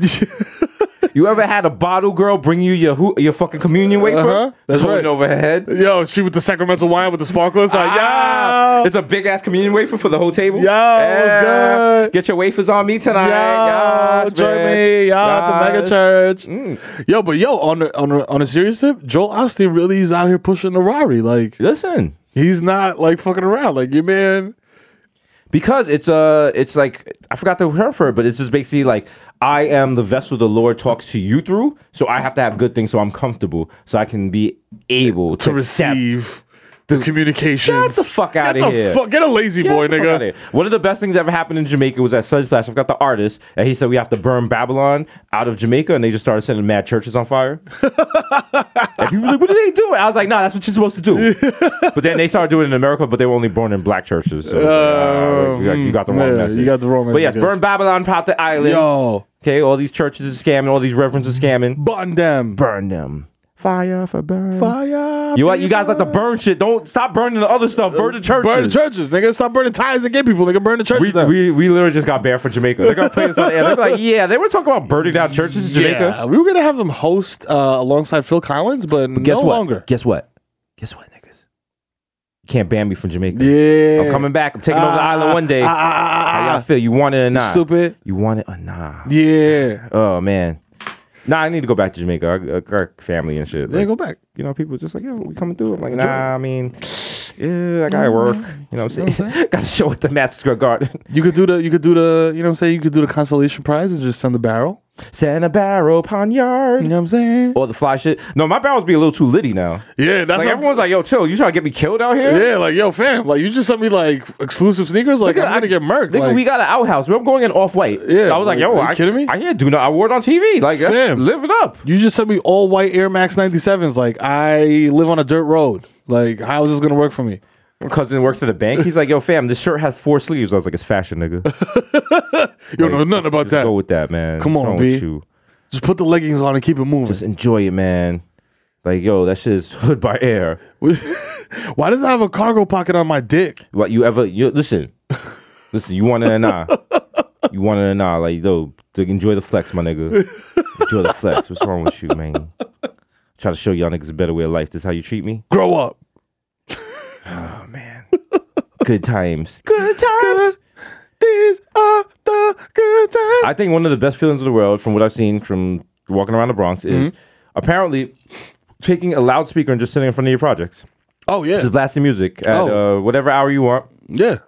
Speaker 1: you ever had a bottle girl bring you your who, your fucking communion wafer?
Speaker 2: Uh-huh. That's
Speaker 1: Just holding
Speaker 2: right.
Speaker 1: it over her head.
Speaker 2: Yo, she with the sacramental wine with the sparklers. Like,
Speaker 1: Ah,
Speaker 2: yo,
Speaker 1: it's a big ass communion wafer for the whole table.
Speaker 2: Yo, what's good?
Speaker 1: Get your wafers on me tonight.
Speaker 2: yo,
Speaker 1: Yes,
Speaker 2: join
Speaker 1: bitch.
Speaker 2: me, y'all at the mega
Speaker 1: Yes.
Speaker 2: church.
Speaker 1: Mm.
Speaker 2: Yo, but yo, on a, on a, on a serious tip, Joel Osteen really is out here pushing the Rari. Like
Speaker 1: Listen,
Speaker 2: he's not like fucking around. Like your man,
Speaker 1: because it's uh it's like I forgot the term for it, but it's just basically like I am the vessel the Lord talks to you through, so I have to have good things so I'm comfortable, so I can be able to,
Speaker 2: to
Speaker 1: accept-
Speaker 2: receive the communications.
Speaker 1: Get the fuck outta
Speaker 2: Get the
Speaker 1: here.
Speaker 2: fuck- get a lazy
Speaker 1: Get
Speaker 2: boy,
Speaker 1: the fuck outta
Speaker 2: nigga.
Speaker 1: here. One of the best things that ever happened in Jamaica was at Sunflash. I've got the artist, and he said we have to burn Babylon out of Jamaica, and they just started setting mad churches on fire. and people were like, "What are they doing?" I was like, "Nah, that's what you're supposed to do." but then they started doing it in America, but they were only born in black churches. So it was like, ah, you, got, you got the wrong
Speaker 2: Um, yeah,
Speaker 1: message.
Speaker 2: you got the wrong
Speaker 1: But yes,
Speaker 2: message, I
Speaker 1: burn Babylon, pop the island.
Speaker 2: Yo,
Speaker 1: Okay, all these churches are scamming, all these reverends are scamming.
Speaker 2: button them.
Speaker 1: Burn them. Fire for burn.
Speaker 2: Fire.
Speaker 1: You what? You guys like to burn shit. Don't stop burning the other stuff. Burn the churches.
Speaker 2: Burn the churches, nigga. Stop burning ties and gay people. They can burn the churches.
Speaker 1: We,
Speaker 2: down.
Speaker 1: we, we literally just got banned from Jamaica. They're gonna play this on the air. They're like, yeah, they were talking about burning down churches in
Speaker 2: yeah,
Speaker 1: Jamaica.
Speaker 2: we were gonna have them host uh, alongside Phil Collins, but,
Speaker 1: Guess
Speaker 2: no
Speaker 1: what?
Speaker 2: longer.
Speaker 1: Guess what? Guess what, niggas? You can't ban me from Jamaica.
Speaker 2: Yeah,
Speaker 1: I'm coming back. I'm taking over the
Speaker 2: Ah,
Speaker 1: island one day.
Speaker 2: ah, ah, ah,
Speaker 1: How
Speaker 2: ah,
Speaker 1: y'all feel? You want it or not?
Speaker 2: Stupid.
Speaker 1: You want it or not?
Speaker 2: Yeah,
Speaker 1: Oh man. Nah, I need to go back to Jamaica. Our, our family and shit.
Speaker 2: they
Speaker 1: Like,
Speaker 2: go back.
Speaker 1: you know, people just like, yeah, we coming through. I'm like, nah, I mean, yeah, I gotta work. Mm-hmm. You know what I'm saying? Got to show at the Master Square Garden.
Speaker 2: You could do the, you could do the, you know what I'm saying? You could do the consolation prize and just send the barrel.
Speaker 1: Send a barrel upon yard.
Speaker 2: You know what I'm saying?
Speaker 1: Or the fly shit. No, my barrels be a little too litty now.
Speaker 2: Yeah, that's
Speaker 1: Like
Speaker 2: what-
Speaker 1: everyone's like, yo, chill. You trying to get me killed out here?
Speaker 2: yeah, like yo, fam, like you just sent me like exclusive sneakers. Like I'm gonna
Speaker 1: I-
Speaker 2: get murked.
Speaker 1: Nigga,
Speaker 2: Like,
Speaker 1: we got an outhouse. We're going in off white.
Speaker 2: Yeah,
Speaker 1: I was like,
Speaker 2: like,
Speaker 1: yo,
Speaker 2: are you
Speaker 1: I,
Speaker 2: kidding me?
Speaker 1: I can't do no. I wore it on TV. Like, that's,
Speaker 2: Fam.
Speaker 1: live it up.
Speaker 2: you just sent me all white Air Max 97s. Like I live on a dirt road. Like how is this gonna work for me?
Speaker 1: My cousin works at the bank. He's like, yo, fam, this shirt has four sleeves. I was like, it's fashion, nigga.
Speaker 2: You don't know nothing about
Speaker 1: Just
Speaker 2: that.
Speaker 1: go with that, man.
Speaker 2: Come
Speaker 1: What's
Speaker 2: on,
Speaker 1: wrong
Speaker 2: B.
Speaker 1: With you?
Speaker 2: Just put the leggings on and keep it moving.
Speaker 1: Just enjoy it, man. Like, yo, that shit is hood by air.
Speaker 2: Why does it have a cargo pocket on my dick?
Speaker 1: What you ever? You listen, listen. You want it or not? You want it or not? Like, yo, to enjoy the flex, my nigga. Enjoy the flex. What's wrong with you, man? Try to show y'all niggas a better way of life. This how you treat me.
Speaker 2: Grow up.
Speaker 1: man. good times. Good times.
Speaker 2: These are the good times.
Speaker 1: I think one of the best feelings in the world, from what I've seen from walking around the Bronx, is
Speaker 2: Mm-hmm.
Speaker 1: apparently taking a loudspeaker and just sitting in front of your projects,
Speaker 2: oh yeah,
Speaker 1: just blasting music at
Speaker 2: Oh.
Speaker 1: uh, whatever hour you want,
Speaker 2: yeah.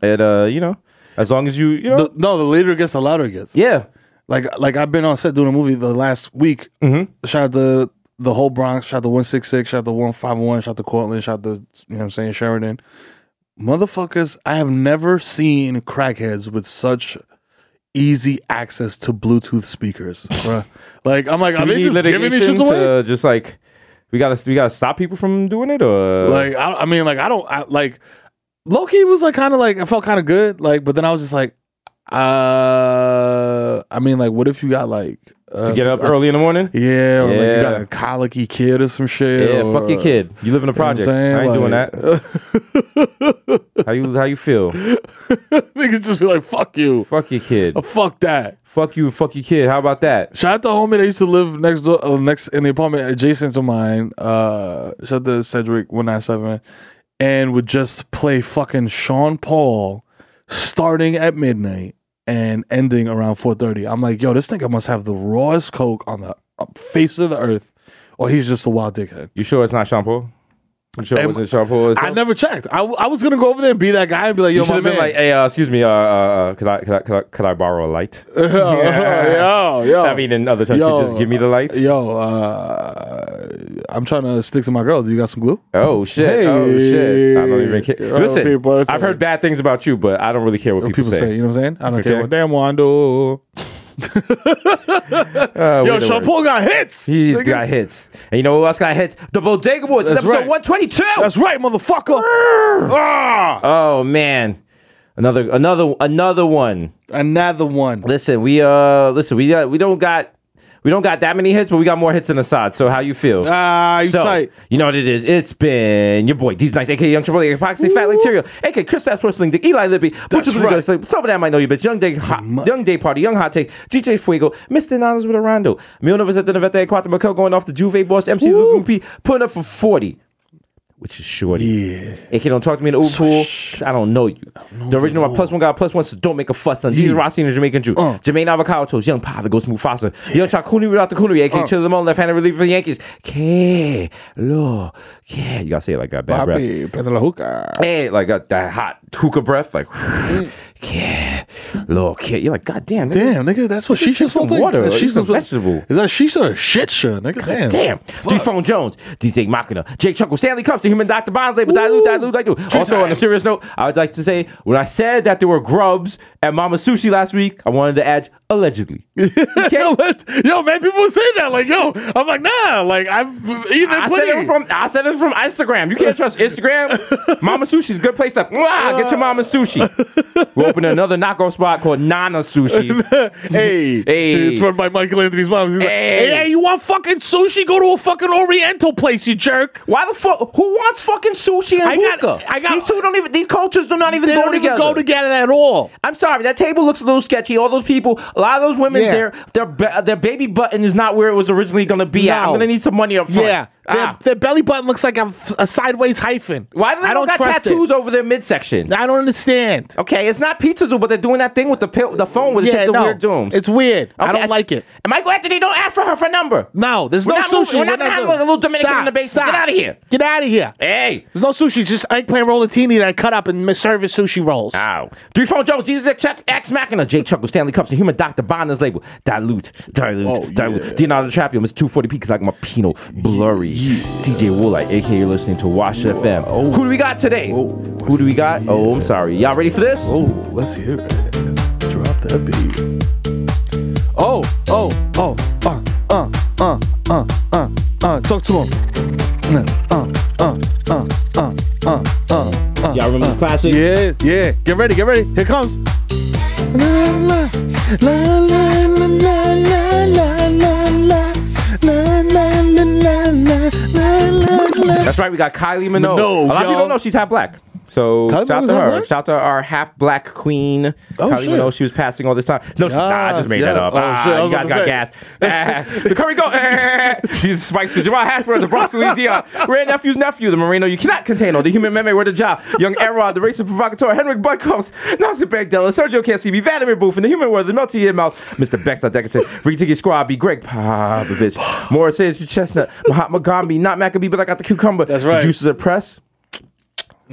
Speaker 1: and uh, you know, as long as you, you know,
Speaker 2: The, no, the later it gets, the louder it gets.
Speaker 1: yeah,
Speaker 2: Like like I've been on set doing a movie the last week. Mm-hmm. Shout out to the whole Bronx. Shout out to one six six. Shout out to one five one. Shout out to Cortland. Shout out to you know what I'm saying Sheridan. Motherfuckers, I have never seen crackheads with such easy access to Bluetooth speakers. bruh. Like I'm like, are
Speaker 1: Do we
Speaker 2: they
Speaker 1: need
Speaker 2: just giving these shits
Speaker 1: litigation
Speaker 2: away?
Speaker 1: to just like we gotta we gotta stop people from doing it or
Speaker 2: like I, I mean like i don't I, like loki was like kind of like i felt kind of good like but then i was just like uh i mean like what if you got like uh,
Speaker 1: to get up early in the morning.
Speaker 2: yeah or like you got
Speaker 1: Yeah.
Speaker 2: a colicky kid or some shit
Speaker 1: Yeah,
Speaker 2: or,
Speaker 1: fuck your
Speaker 2: uh,
Speaker 1: kid. You live in the projects.
Speaker 2: saying?
Speaker 1: I ain't doing
Speaker 2: Like-
Speaker 1: that. how you how you feel?
Speaker 2: niggas just be like fuck you Uh,
Speaker 1: Fuck your kid.
Speaker 2: fuck that
Speaker 1: Fuck you. Fuck your kid. How about that?
Speaker 2: Shout out to homie that used to live next door, uh, next in the apartment adjacent to mine. Uh, shout out to Cedric one nine seven, and would just play fucking Sean Paul, starting at midnight and ending around four thirty. I'm like, yo, this nigga must have the rawest coke on the uh, face of the earth, or he's just a wild dickhead.
Speaker 1: You sure it's not Sean Paul? You sure it
Speaker 2: Am-
Speaker 1: wasn't Sean Paul?
Speaker 2: I
Speaker 1: itself?
Speaker 2: never checked. I, I was gonna go over there and be that guy and be like, yo,
Speaker 1: You should
Speaker 2: my
Speaker 1: have
Speaker 2: man,
Speaker 1: been like, hey, uh, excuse me, uh, uh, uh, could I, could I, could I, could I borrow a light?
Speaker 2: yo, yo.
Speaker 1: I mean, in other terms, you
Speaker 2: Yo.
Speaker 1: just give me the lights.
Speaker 2: Yo, uh, I'm trying to stick to my girl. Do you got some glue?
Speaker 1: Oh shit! Oh shit! I don't
Speaker 2: Hey.
Speaker 1: even care.
Speaker 2: Oh,
Speaker 1: Listen,
Speaker 2: people are
Speaker 1: I've heard
Speaker 2: saying-
Speaker 1: bad things about you, but I don't really care what people,
Speaker 2: people say. You know what I'm saying? I don't care
Speaker 1: Okay.
Speaker 2: what damn Wando.
Speaker 1: Uh,
Speaker 2: Yo,
Speaker 1: wait a
Speaker 2: Sean
Speaker 1: minute.
Speaker 2: Paul got hits.
Speaker 1: He's
Speaker 2: Nigga.
Speaker 1: got hits. And you know who else got hits? The Bodega Boys. It's
Speaker 2: That's
Speaker 1: episode
Speaker 2: right.
Speaker 1: 122.
Speaker 2: That's right, motherfucker. Ah!
Speaker 1: Oh man. Another another another one.
Speaker 2: Another one.
Speaker 1: Listen, we uh listen, we uh, we don't got we don't got that many hits, but we got more hits than Assad. So how you feel?
Speaker 2: Ah, you
Speaker 1: so,
Speaker 2: tight.
Speaker 1: You know what it is? It's been your boy, D's Nice, aka Young Triple, aka Epoxy, Fat Literial, aka Chris That's Wrestling Dick, Eli Libby, Butcher the
Speaker 2: right.
Speaker 1: Ghost, like, some of that might know you, but Young Day Hot, Young Day Party, Young Hot Take, DJ Fuego, Mr. Nanas with a Rondo, Milner was at the Nevada and Quattro Markel going off the Juve boss, MC Luke P, putting up for 40. Which is shorty. Yeah. AK don't talk to me in the Uber pool. 'cause I don't know you. Uh. the original my plus one got plus one, so don't make a fuss on. These Rossi and the Jamaican Jew. Jermaine Avocado Toast, Young Pava goes Mufasa. Young Chakuni without the Coonery, AK Chill them on left handed relief for the Yankees. K Lo K. You gotta say it like that bad breath.
Speaker 2: Papi, prende la hookah.
Speaker 1: Hey, like uh, that hot hookah breath, like K Lo K. You're like, God damn, nigga.
Speaker 2: Damn, nigga, that's what shisha sounds like.
Speaker 1: water.
Speaker 2: That
Speaker 1: Eat
Speaker 2: shisha's
Speaker 1: some
Speaker 2: what-
Speaker 1: vegetable.
Speaker 2: Is that shisha or shit sha, nigga? Damn.
Speaker 1: Damn. Three Phone Jones, DJ Machina, Jake Chuckle, Stanley Cups, the human Dr. Bonds label, dilute, dilute, dilute. Also, on a serious note, I would like to say when I said that there were grubs at Mama Sushi last week, I wanted to add allegedly.
Speaker 2: Yo, let- yo, man, people say that. Like, yo, I'm like, nah, like, I've eaten
Speaker 1: I
Speaker 2: it
Speaker 1: said
Speaker 2: plenty.
Speaker 1: it from I said it from Instagram. You can't trust Instagram. Mama Sushi's a good place to Mwah, get your mama sushi. We're opening another knockoff spot called Nana Sushi.
Speaker 2: hey,
Speaker 1: Hey.
Speaker 2: It's run by Michael Anthony's mom. He's like,
Speaker 1: Hey.
Speaker 2: hey. hey, you want fucking sushi? Go to a fucking Oriental place, you jerk.
Speaker 1: Why the fuck? Who wants fucking sushi and
Speaker 2: I got-
Speaker 1: hookah?
Speaker 2: I got-
Speaker 1: these two don't even. These cultures do not even
Speaker 2: They
Speaker 1: go
Speaker 2: don't
Speaker 1: together.
Speaker 2: even go together at all.
Speaker 1: I'm sorry, that table looks a little sketchy. All those people, a lot of those women,
Speaker 2: Yeah.
Speaker 1: their their ba- their baby button is not where it was originally going to be. At. I'm
Speaker 2: No.
Speaker 1: going to need some money up front.
Speaker 2: Yeah,
Speaker 1: Ah.
Speaker 2: their, their belly button looks like a, f- a sideways hyphen.
Speaker 1: Why do they
Speaker 2: I
Speaker 1: all
Speaker 2: don't
Speaker 1: got
Speaker 2: trust
Speaker 1: tattoos
Speaker 2: It.
Speaker 1: over their midsection?
Speaker 2: I don't understand.
Speaker 1: Okay, it's not Pizza Zoo, but they're doing that thing with the pill, the phone where they
Speaker 2: yeah,
Speaker 1: take the
Speaker 2: no,
Speaker 1: weird dooms.
Speaker 2: it's weird. I
Speaker 1: Okay,
Speaker 2: don't like it.
Speaker 1: And Michael Anthony, don't ask for her for number.
Speaker 2: No, there's
Speaker 1: We're
Speaker 2: no
Speaker 1: not
Speaker 2: sushi.
Speaker 1: moving- we're not having
Speaker 2: doing-
Speaker 1: a little Dominican
Speaker 2: Stop,
Speaker 1: in the basement. Get
Speaker 2: stop.
Speaker 1: outta here.
Speaker 2: Get out of here.
Speaker 1: Hey.
Speaker 2: There's no sushi. It's just eggplant rollatini that I cut up and serve as sushi rolls.
Speaker 1: Ow. Three Phone Jones, Jesus X, Chuck, X Machina, Jay Chuckle, Stanley Cups, the human Dr. Bonner's label. Dilute, dilute,
Speaker 2: Oh,
Speaker 1: dilute. Leonardo DiCaprio, Mr. 240p, because I got my Pino blurry. DJ Woolite, aka you're listening to Wash
Speaker 2: Oh,
Speaker 1: FM. Who do we got today? Who do we got? Oh, I'm sorry. Y'all ready for this?
Speaker 2: Oh, let's hear it. Drop that beat. Oh, oh, oh, uh, uh, uh, uh, uh, uh, talk to him. Uh, uh, uh, uh, uh, uh, uh.
Speaker 1: Y'all remember this classic?
Speaker 2: Yeah, yeah. Get ready, get ready. Here it comes. La la la la la la la la la la la la la la la la la.
Speaker 1: That's right, we got Kylie Minogue.
Speaker 2: Minogue,
Speaker 1: a lot of people
Speaker 2: y'all.
Speaker 1: don't know she's half black. So
Speaker 2: Kylie
Speaker 1: shout
Speaker 2: was
Speaker 1: to
Speaker 2: half
Speaker 1: her.
Speaker 2: black?
Speaker 1: Shout to our half black queen.
Speaker 2: Oh,
Speaker 1: Kylie
Speaker 2: shit.
Speaker 1: Minogue. She was passing all this time. No, she's not. I just
Speaker 2: Yes,
Speaker 1: made that
Speaker 2: yeah.
Speaker 1: up.
Speaker 2: Oh,
Speaker 1: ah,
Speaker 2: shit, I was
Speaker 1: you guys
Speaker 2: about
Speaker 1: got
Speaker 2: to
Speaker 1: gassed. Ah, the curry goat. Ah, Jesus spikes. The Jamal Hashford. The Bronx Dion. Rare nephew's nephew. The Moreno. You cannot contain all the human memory. Where the job. Young Erod. The racist provocateur. Henrik Buckholz. Nasser Bagdella. Sergio Cassidy. Vladimir Booth. And the human world. The melty ear mouth. Mr. Bex. Decadent. Free ticket squad. Be Greg Popovich. Morris is your chestnut. Mahatma Gandhi. Not Maccabee, but I got the cucumber. That's
Speaker 2: right.
Speaker 1: The juices are pressed.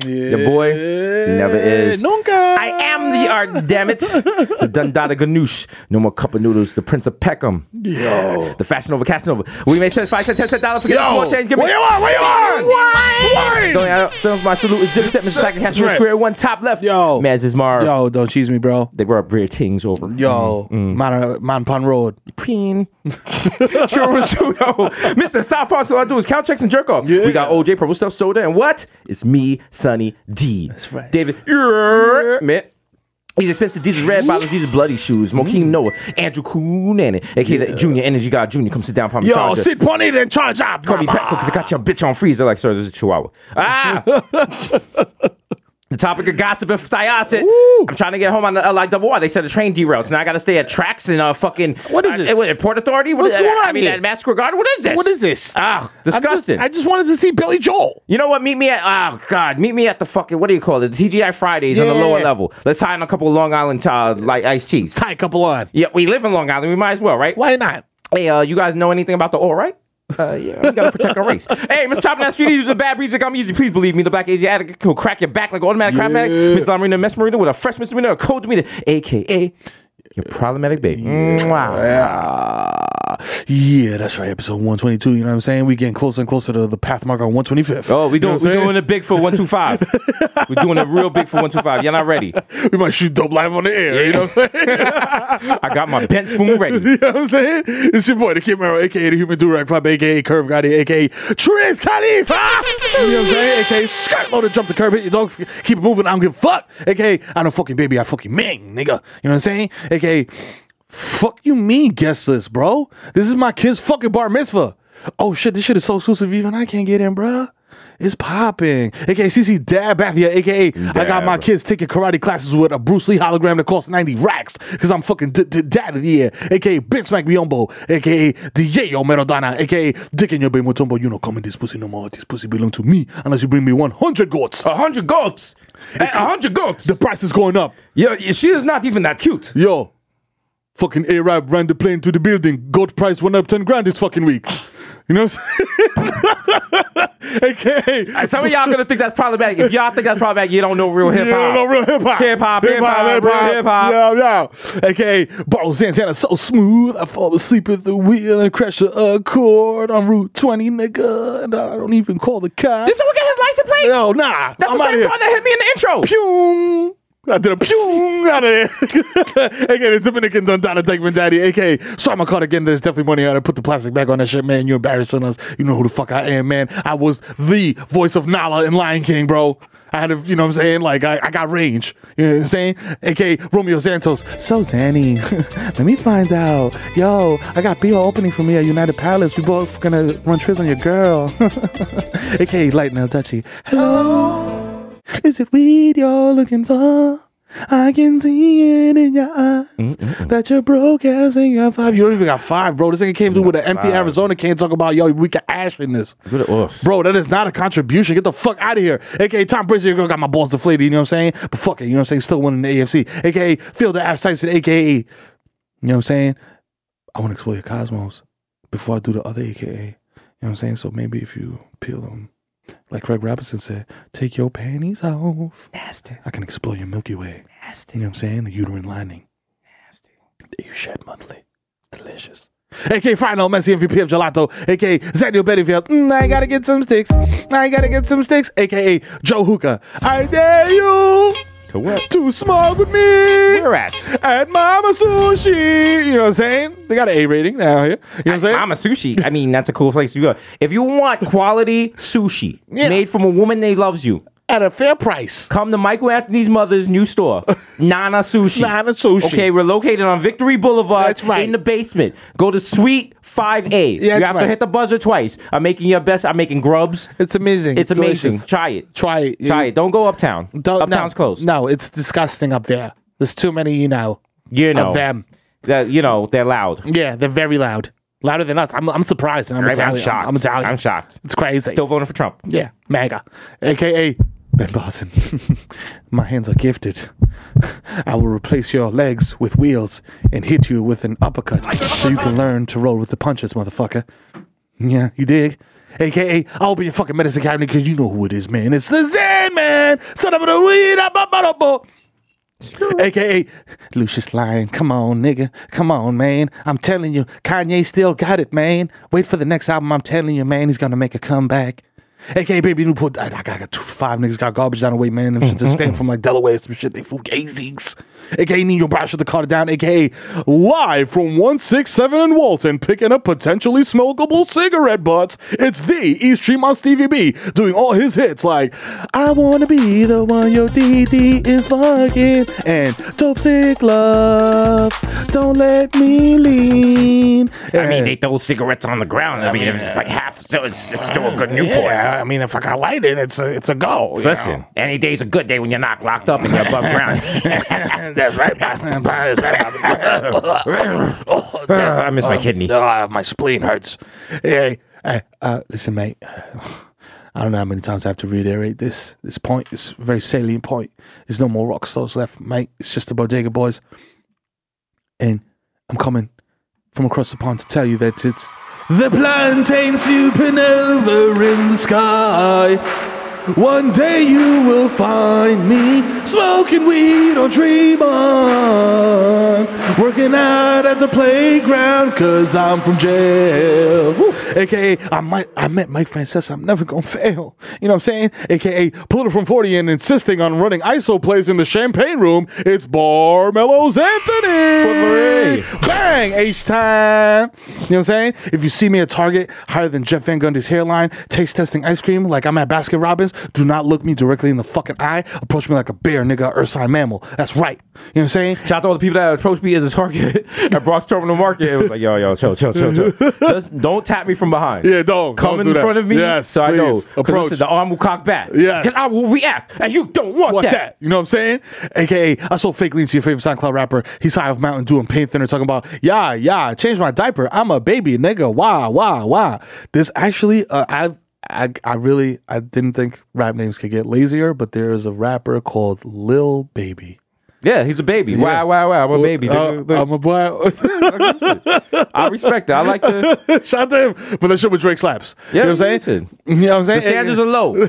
Speaker 1: Your boy never
Speaker 2: Eh,
Speaker 1: is. I am the art, damn it. The Dundada Ganoush. No more cup of noodles. The Prince of Peckham. Yo. The Fashion Over Casanova. We made sense. Five cents, ten cent dollar. Forget the small change. Give me.
Speaker 2: Where you are? Where you are?
Speaker 1: Why? Don't, I- don't- my salute is Dipset, Mr. Second Hatch,
Speaker 2: right.
Speaker 1: Square One, top left.
Speaker 2: Yo.
Speaker 1: Maz is Mar.
Speaker 2: Yo, don't cheese me, bro.
Speaker 1: They were up rear things over.
Speaker 2: Yo, Man, uh, Man Pond Road.
Speaker 1: Preen. Churro Sudo. Mr. Oh, South Park, so all I do is count checks and jerk off. We got OJ Purple Stuff Soda and what? It's me, Sonny D. That's
Speaker 2: right.
Speaker 1: David Erman. These expensive, these is red bottoms, these is bloody shoes. Mokin
Speaker 2: Mm.
Speaker 1: Noah, Andrew Cunanan, aka the Junior Energy God Junior. Come sit down, Palm
Speaker 2: Yo, sit on it and charge up.
Speaker 1: Call me
Speaker 2: mama.
Speaker 1: Petco because I got your bitch on freeze. They're like, sir, this is a chihuahua. Ah! the topic of gossip and psiocet. I'm trying to get home on the LI double R. They said the train derails. Now I got to stay at tracks and uh, fucking.
Speaker 2: What is
Speaker 1: uh,
Speaker 2: this?
Speaker 1: what, Port Authority? What
Speaker 2: What's
Speaker 1: is-
Speaker 2: going
Speaker 1: I
Speaker 2: on
Speaker 1: mean,
Speaker 2: here?
Speaker 1: at Massacre Garden? What is this?
Speaker 2: What is this?
Speaker 1: Ah,
Speaker 2: I'm just-
Speaker 1: disgusting.
Speaker 2: I just wanted to see Billy Joel.
Speaker 1: You know what? Meet me at oh god, meet me at the fucking what do you call it? The TGI Fridays on the
Speaker 2: Yeah.
Speaker 1: lower level. Let's tie in a couple of Long Island uh, like iced cheese.
Speaker 2: Tie a couple on.
Speaker 1: Yeah, we live in Long Island. We might as well, right?
Speaker 2: Why not?
Speaker 1: Hey, uh, you guys know anything about the oil, right? Uh, yeah, we gotta protect our race. hey, Mr. Chopping that street, use a bad breeze. Like I'm easy. Please believe me, the black Asiatic will crack your back like an automatic crap bag. Miss Lamarina, Miss Marina with a fresh Miss Marina, a cold demeanor, aka your problematic baby. Mwah.
Speaker 2: Ah, yeah, that's right. Episode 122. You know what I'm saying? We getting closer and closer to the path marker on 125th.
Speaker 1: Oh, we
Speaker 2: You know
Speaker 1: doing
Speaker 2: what
Speaker 1: we
Speaker 2: I'm saying?
Speaker 1: doing it big for one two five. We're doing it real big for one two five. Y'all not ready?
Speaker 2: We might shoot dope live on the air. You know what I'm saying?
Speaker 1: I got my bent spoon ready.
Speaker 2: you know what I'm saying? It's your boy, the Kid Mero, aka the Human Durag Club, aka Curve Gotti, aka Tris Khalifa. you know what I'm saying? Aka skirt loaded, jump the curb, hit your dog, keep it moving. I don't give a fuck. Aka I don't fucking baby, I fucking ming, nigga. You know what I'm saying? Aka fuck you mean guest list, bro. This is my kid's fucking bar mitzvah. Oh shit, this shit is so exclusive. Even I can't get in, bruh. It's popping. AKA CC Dab Bathia, AKA I got my
Speaker 1: Dab.
Speaker 2: kids taking karate classes with a Bruce Lee hologram that costs 90 racks because I'm fucking d- d- dad of the year, aka Bitch Mac Biombo, aka Diego Merodana, aka Dick in your baby Mutombo. You know, come in this pussy no more. This pussy belong to me unless you bring me 100 goats.
Speaker 1: A hundred goats. A hundred goats.
Speaker 2: The price is going up.
Speaker 1: Yo, she is not even that cute.
Speaker 2: Yo, fucking Arab ran the plane to the building. Goat price went up 10 grand this fucking week. You know what I'm saying? aka.
Speaker 1: Uh, Some of y'all gonna think that's problematic. If y'all think that's problematic, you don't know real hip hop.
Speaker 2: Yeah, no, real hip hop.
Speaker 1: Hip hop, hip hop, real hip hop.
Speaker 2: Yeah, yeah. AKA Barlow Santana, so smooth. I fall asleep at the wheel and crash a chord on Route 20, nigga. And I don't even call the cops.
Speaker 1: Did someone get his license plate?
Speaker 2: No, nah.
Speaker 1: That's
Speaker 2: I'm
Speaker 1: the
Speaker 2: outta
Speaker 1: same
Speaker 2: here.
Speaker 1: one that hit me in the intro.
Speaker 2: Pew! I did a pew out of there. aka the Dominican Dundada Dykeman Daddy, aka sorry my card again. There's definitely money out. I put the plastic back on that shit, man. You're embarrassing us. You know who the fuck I am, man. I was the voice of Nala in Lion King, bro. I had a, you know what I'm saying? Like, I, I got range. You know what I'm saying? AKA Romeo Santos. So, Zanny, let me find out. Yo, I got Bill opening for me at United Palace. We both gonna run tris on your girl. AKA Lightning Touchy. Hello. Is it weed you're looking for? I can see it in your eyes that you're broke as in your five. You don't even got five, bro. This nigga came through with an empty Arizona can talk about yo, we can ash in this. Bro, that is not a contribution. Get the fuck out of here. AKA Tom Brady girl got my balls deflated, you know what I'm saying? But fuck it, you know what I'm saying? Still winning the AFC. AKA Field the Ass Tyson, AKA, you know what I'm saying? I want to explore your cosmos before I do the other AKA. You know what I'm saying? So maybe if you peel them, like Craig Robinson said, take your panties off. Nasty. I can explore your Milky Way. Nasty. You know what I'm saying? The uterine lining. Nasty. That you shed monthly. It's delicious. AK Final Messi MVP of Gelato, aka Zaniel Bettyfield. Mm, I gotta get some sticks. I gotta get some sticks. AKA Joe Hookah. I dare you
Speaker 7: To what?
Speaker 2: to smoke with me.
Speaker 1: Where at?
Speaker 2: At Mama Sushi. You know what I'm saying? They got an A rating now here. You know what I'm saying?
Speaker 1: I'm a sushi. I mean, that's a cool place to go. If you want quality sushi
Speaker 2: Yeah.
Speaker 1: made from a woman that loves you,
Speaker 2: at a fair price.
Speaker 1: Come to Michael Anthony's mother's new store, Nana Sushi.
Speaker 2: Nana Sushi.
Speaker 1: Okay, we're located on Victory Boulevard
Speaker 2: That's right.
Speaker 1: in the basement. Go to Suite 5A.
Speaker 2: Yeah,
Speaker 1: you
Speaker 2: that's
Speaker 1: have to
Speaker 2: right.
Speaker 1: hit the buzzer twice. I'm making your best. I'm making grubs.
Speaker 2: It's amazing.
Speaker 1: It's, amazing.
Speaker 2: delicious.
Speaker 1: Try it.
Speaker 2: Try it.
Speaker 1: Try
Speaker 2: You-
Speaker 1: it. Don't go uptown.
Speaker 2: Don't-
Speaker 1: Uptown's
Speaker 2: no,
Speaker 1: closed.
Speaker 2: No, it's disgusting up there. There's too many, you know,
Speaker 1: You know
Speaker 2: of them.
Speaker 1: That you know they're loud.
Speaker 2: Yeah, they're very loud, louder than us. I'm, I'm surprised, and I'm,
Speaker 1: I'm
Speaker 2: Italian.
Speaker 1: shocked.
Speaker 2: I'm Italian.
Speaker 1: I'm shocked.
Speaker 2: It's crazy.
Speaker 1: Still voting for Trump.
Speaker 2: yeah, MAGA, aka Ben Boston. My hands are gifted. I will replace your legs with wheels and hit you with an uppercut, so you can learn to roll with the punches, motherfucker. Yeah, you dig? AKA, I'll be your fucking medicine cabinet because you know who it is, man. It's the Zen Man, son of a weed, up, up, up, up, up. AKA Lucius Lyon. Come on, nigga. Come on, man. I'm telling you, Kanye still got it, man. Wait for the next album. I'm telling you, man, he's gonna make a comeback. AKA Baby Newport. I, I got two, five niggas got garbage down the way, man. Them shits that stand from like Delaware, some shit. They fugazis. AKA Nino Brown, shut the car down. AKA live from 167 in Walton, picking up potentially smokable cigarette butts. It's the East Tremont Stevie B doing all his hits like I Wanna Be the One Your DD is Fucking and Dope Sick Love. Don't let me lean.
Speaker 1: I mean, they throw cigarettes on the ground. I mean, if it's like half, so it's just still a good Newport.
Speaker 2: I mean, if I got lighted, it's a, it's a go. you
Speaker 1: Listen, any day's a good day when you're not locked up and you're above ground.
Speaker 2: That's right.
Speaker 1: I miss my kidney.
Speaker 2: Ah, my spleen hurts. Hey, hey, uh, listen, mate. I don't know how many times I have to reiterate this this point. It's a very salient point. There's no more rock stars left, mate. It's just the Bodega Boys. And I'm coming from across the pond to tell you that it's the plantain supernova in the sky. One day you will find me smoking weed on Tremont, working out at the playground cause I'm from jail. Woo. AKA, I might, I met Mike Francesa, I'm never gonna fail. You know what I'm saying? AKA, pull it from 40 and insisting on running ISO plays in the champagne room, it's Barmelo's Anthony! Bang! H time! You know what I'm saying? If you see me at Target higher than Jeff Van Gundy's hairline, taste testing ice cream like I'm at Baskin Robbins, do not look me directly in the fucking eye. Approach me like a bear, nigga, ursine mammal. That's right. You know what I'm saying?
Speaker 1: Shout out to all the people that approached me at the Target at Bronx Terminal Market. It was like, yo, yo, chill, chill, chill, chill. Just don't tap me from behind.
Speaker 2: Yeah, don't.
Speaker 1: come
Speaker 2: Don't
Speaker 1: in
Speaker 2: do that.
Speaker 1: front of me.
Speaker 2: Yes,
Speaker 1: so I know.
Speaker 2: please.
Speaker 1: 'Cause
Speaker 2: Approach.
Speaker 1: listen, the arm will cock back.
Speaker 2: Yes.
Speaker 1: because I will react, and you don't want,
Speaker 2: want
Speaker 1: that.
Speaker 2: that. You know what I'm saying? AKA, I sold fake lean to your favorite SoundCloud rapper. He's high off Mountain Dew and pain thinner talking about, yeah, yeah, I changed my diaper. I'm a baby, nigga. Why, why, why? This actually, uh, I, I, I really, I didn't think rap names could get lazier, but there is a rapper called Lil Baby.
Speaker 1: Yeah, he's a baby. Wow, wow, wow. I'm a baby.
Speaker 2: Uh,
Speaker 1: dude. Look,
Speaker 2: I'm a boy.
Speaker 1: I respect it. I like the,
Speaker 2: Shout out to him. But that shit with Drake slaps.
Speaker 1: Yeah,
Speaker 2: you know what I'm saying?
Speaker 1: listen.
Speaker 2: You know what I'm saying?
Speaker 1: the standards are low.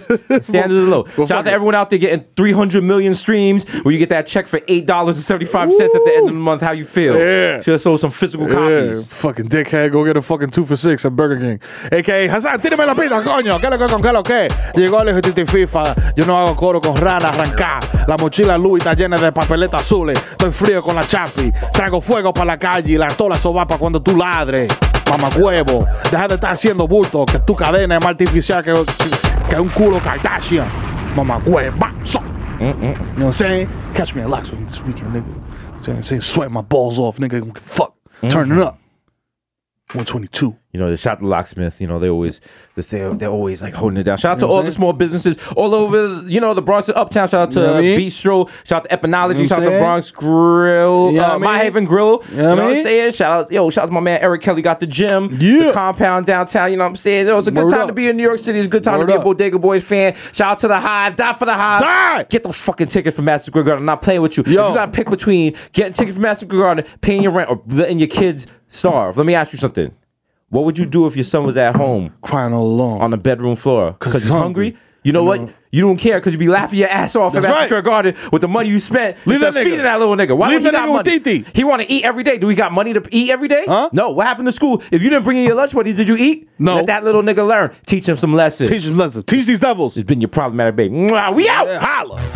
Speaker 1: The standards are low. Shout out
Speaker 2: fuck
Speaker 1: to
Speaker 2: it.
Speaker 1: everyone out there getting 300 million streams where you get that check for eight dollars and 75 cents at the end of the month. How you feel?
Speaker 2: Yeah.
Speaker 1: should have sold some physical
Speaker 2: Yeah,
Speaker 1: copies.
Speaker 2: fucking dickhead, go get a fucking two for six at Burger King. AKA, Hassan, tírame la pita, coño, que lo que con que lo que. Llegó el ejército FIFA, yo no hago coro con rana, arrancá. La mochila Louis está llena de papeletas azules, estoy frío con la chapi. Traigo fuego para la calle y la tola sovapa cuando tú ladres. Mamá huevo, deja de estar haciendo bulto, que tu cadena es más artificial que, que un culo Kardashian. Mamá huevazo. You know what I'm saying? Catch me at Locksmith this weekend, nigga. Saying, saying, sweat my balls off, nigga. Fuck, turn it up. 122.
Speaker 1: You know, they shout to locksmith. You know, they always they say they're always like holding it down. Shout out to all the small businesses all over. You know, the Bronx and Uptown. Shout out to
Speaker 2: You know what I mean?
Speaker 1: Bistro. Shout out to Epinology.
Speaker 2: You know what
Speaker 1: shout out to
Speaker 2: I'm
Speaker 1: Bronx Grill.
Speaker 2: You know
Speaker 1: uh,
Speaker 2: what I
Speaker 1: My
Speaker 2: mean?
Speaker 1: Haven Grill.
Speaker 2: know what
Speaker 1: You know
Speaker 2: I
Speaker 1: what I'm
Speaker 2: mean?
Speaker 1: saying? Shout out, yo, shout out to my man Eric Kelly. Got the gym,
Speaker 2: Yeah.
Speaker 1: the compound downtown. You know what I'm saying? It was a good
Speaker 2: Word
Speaker 1: time
Speaker 2: up.
Speaker 1: to be in New York City. It's a good time
Speaker 2: Word
Speaker 1: to be
Speaker 2: up.
Speaker 1: a Bodega Boys fan. Shout out to the Hive. Die for the Hive.
Speaker 2: Die!
Speaker 1: Get the fucking ticket for Master Square Garden. I'm not playing with you. If
Speaker 2: Yo.
Speaker 1: you gotta pick between getting tickets for Master Square Garden, paying your rent, or letting your kids starve. Let me ask you something. What would you do if your son was at home
Speaker 2: Crying all alone.
Speaker 1: on the bedroom floor
Speaker 2: 'Cause
Speaker 1: because
Speaker 2: he's
Speaker 1: he's hungry?
Speaker 2: hungry.
Speaker 1: You know what? You don't care because you be laughing your ass off
Speaker 2: That's
Speaker 1: at Master
Speaker 2: right.
Speaker 1: Square Garden with the money you spent.
Speaker 2: Leave
Speaker 1: instead
Speaker 2: that
Speaker 1: of
Speaker 2: nigga.
Speaker 1: feeding that little nigga. Why
Speaker 2: Leave that
Speaker 1: would he
Speaker 2: nigga
Speaker 1: got
Speaker 2: with
Speaker 1: money?
Speaker 2: Titi.
Speaker 1: He want to eat every day. Do he got money to eat every day?
Speaker 2: Huh?
Speaker 1: No. What happened to school? If you didn't bring in your lunch, what did you eat?
Speaker 2: No.
Speaker 1: Let that little nigga learn. Teach him some lessons.
Speaker 2: Teach them lessons. Teach these devils.
Speaker 1: it's been your problematic baby. Mwah, we out.
Speaker 2: Holla.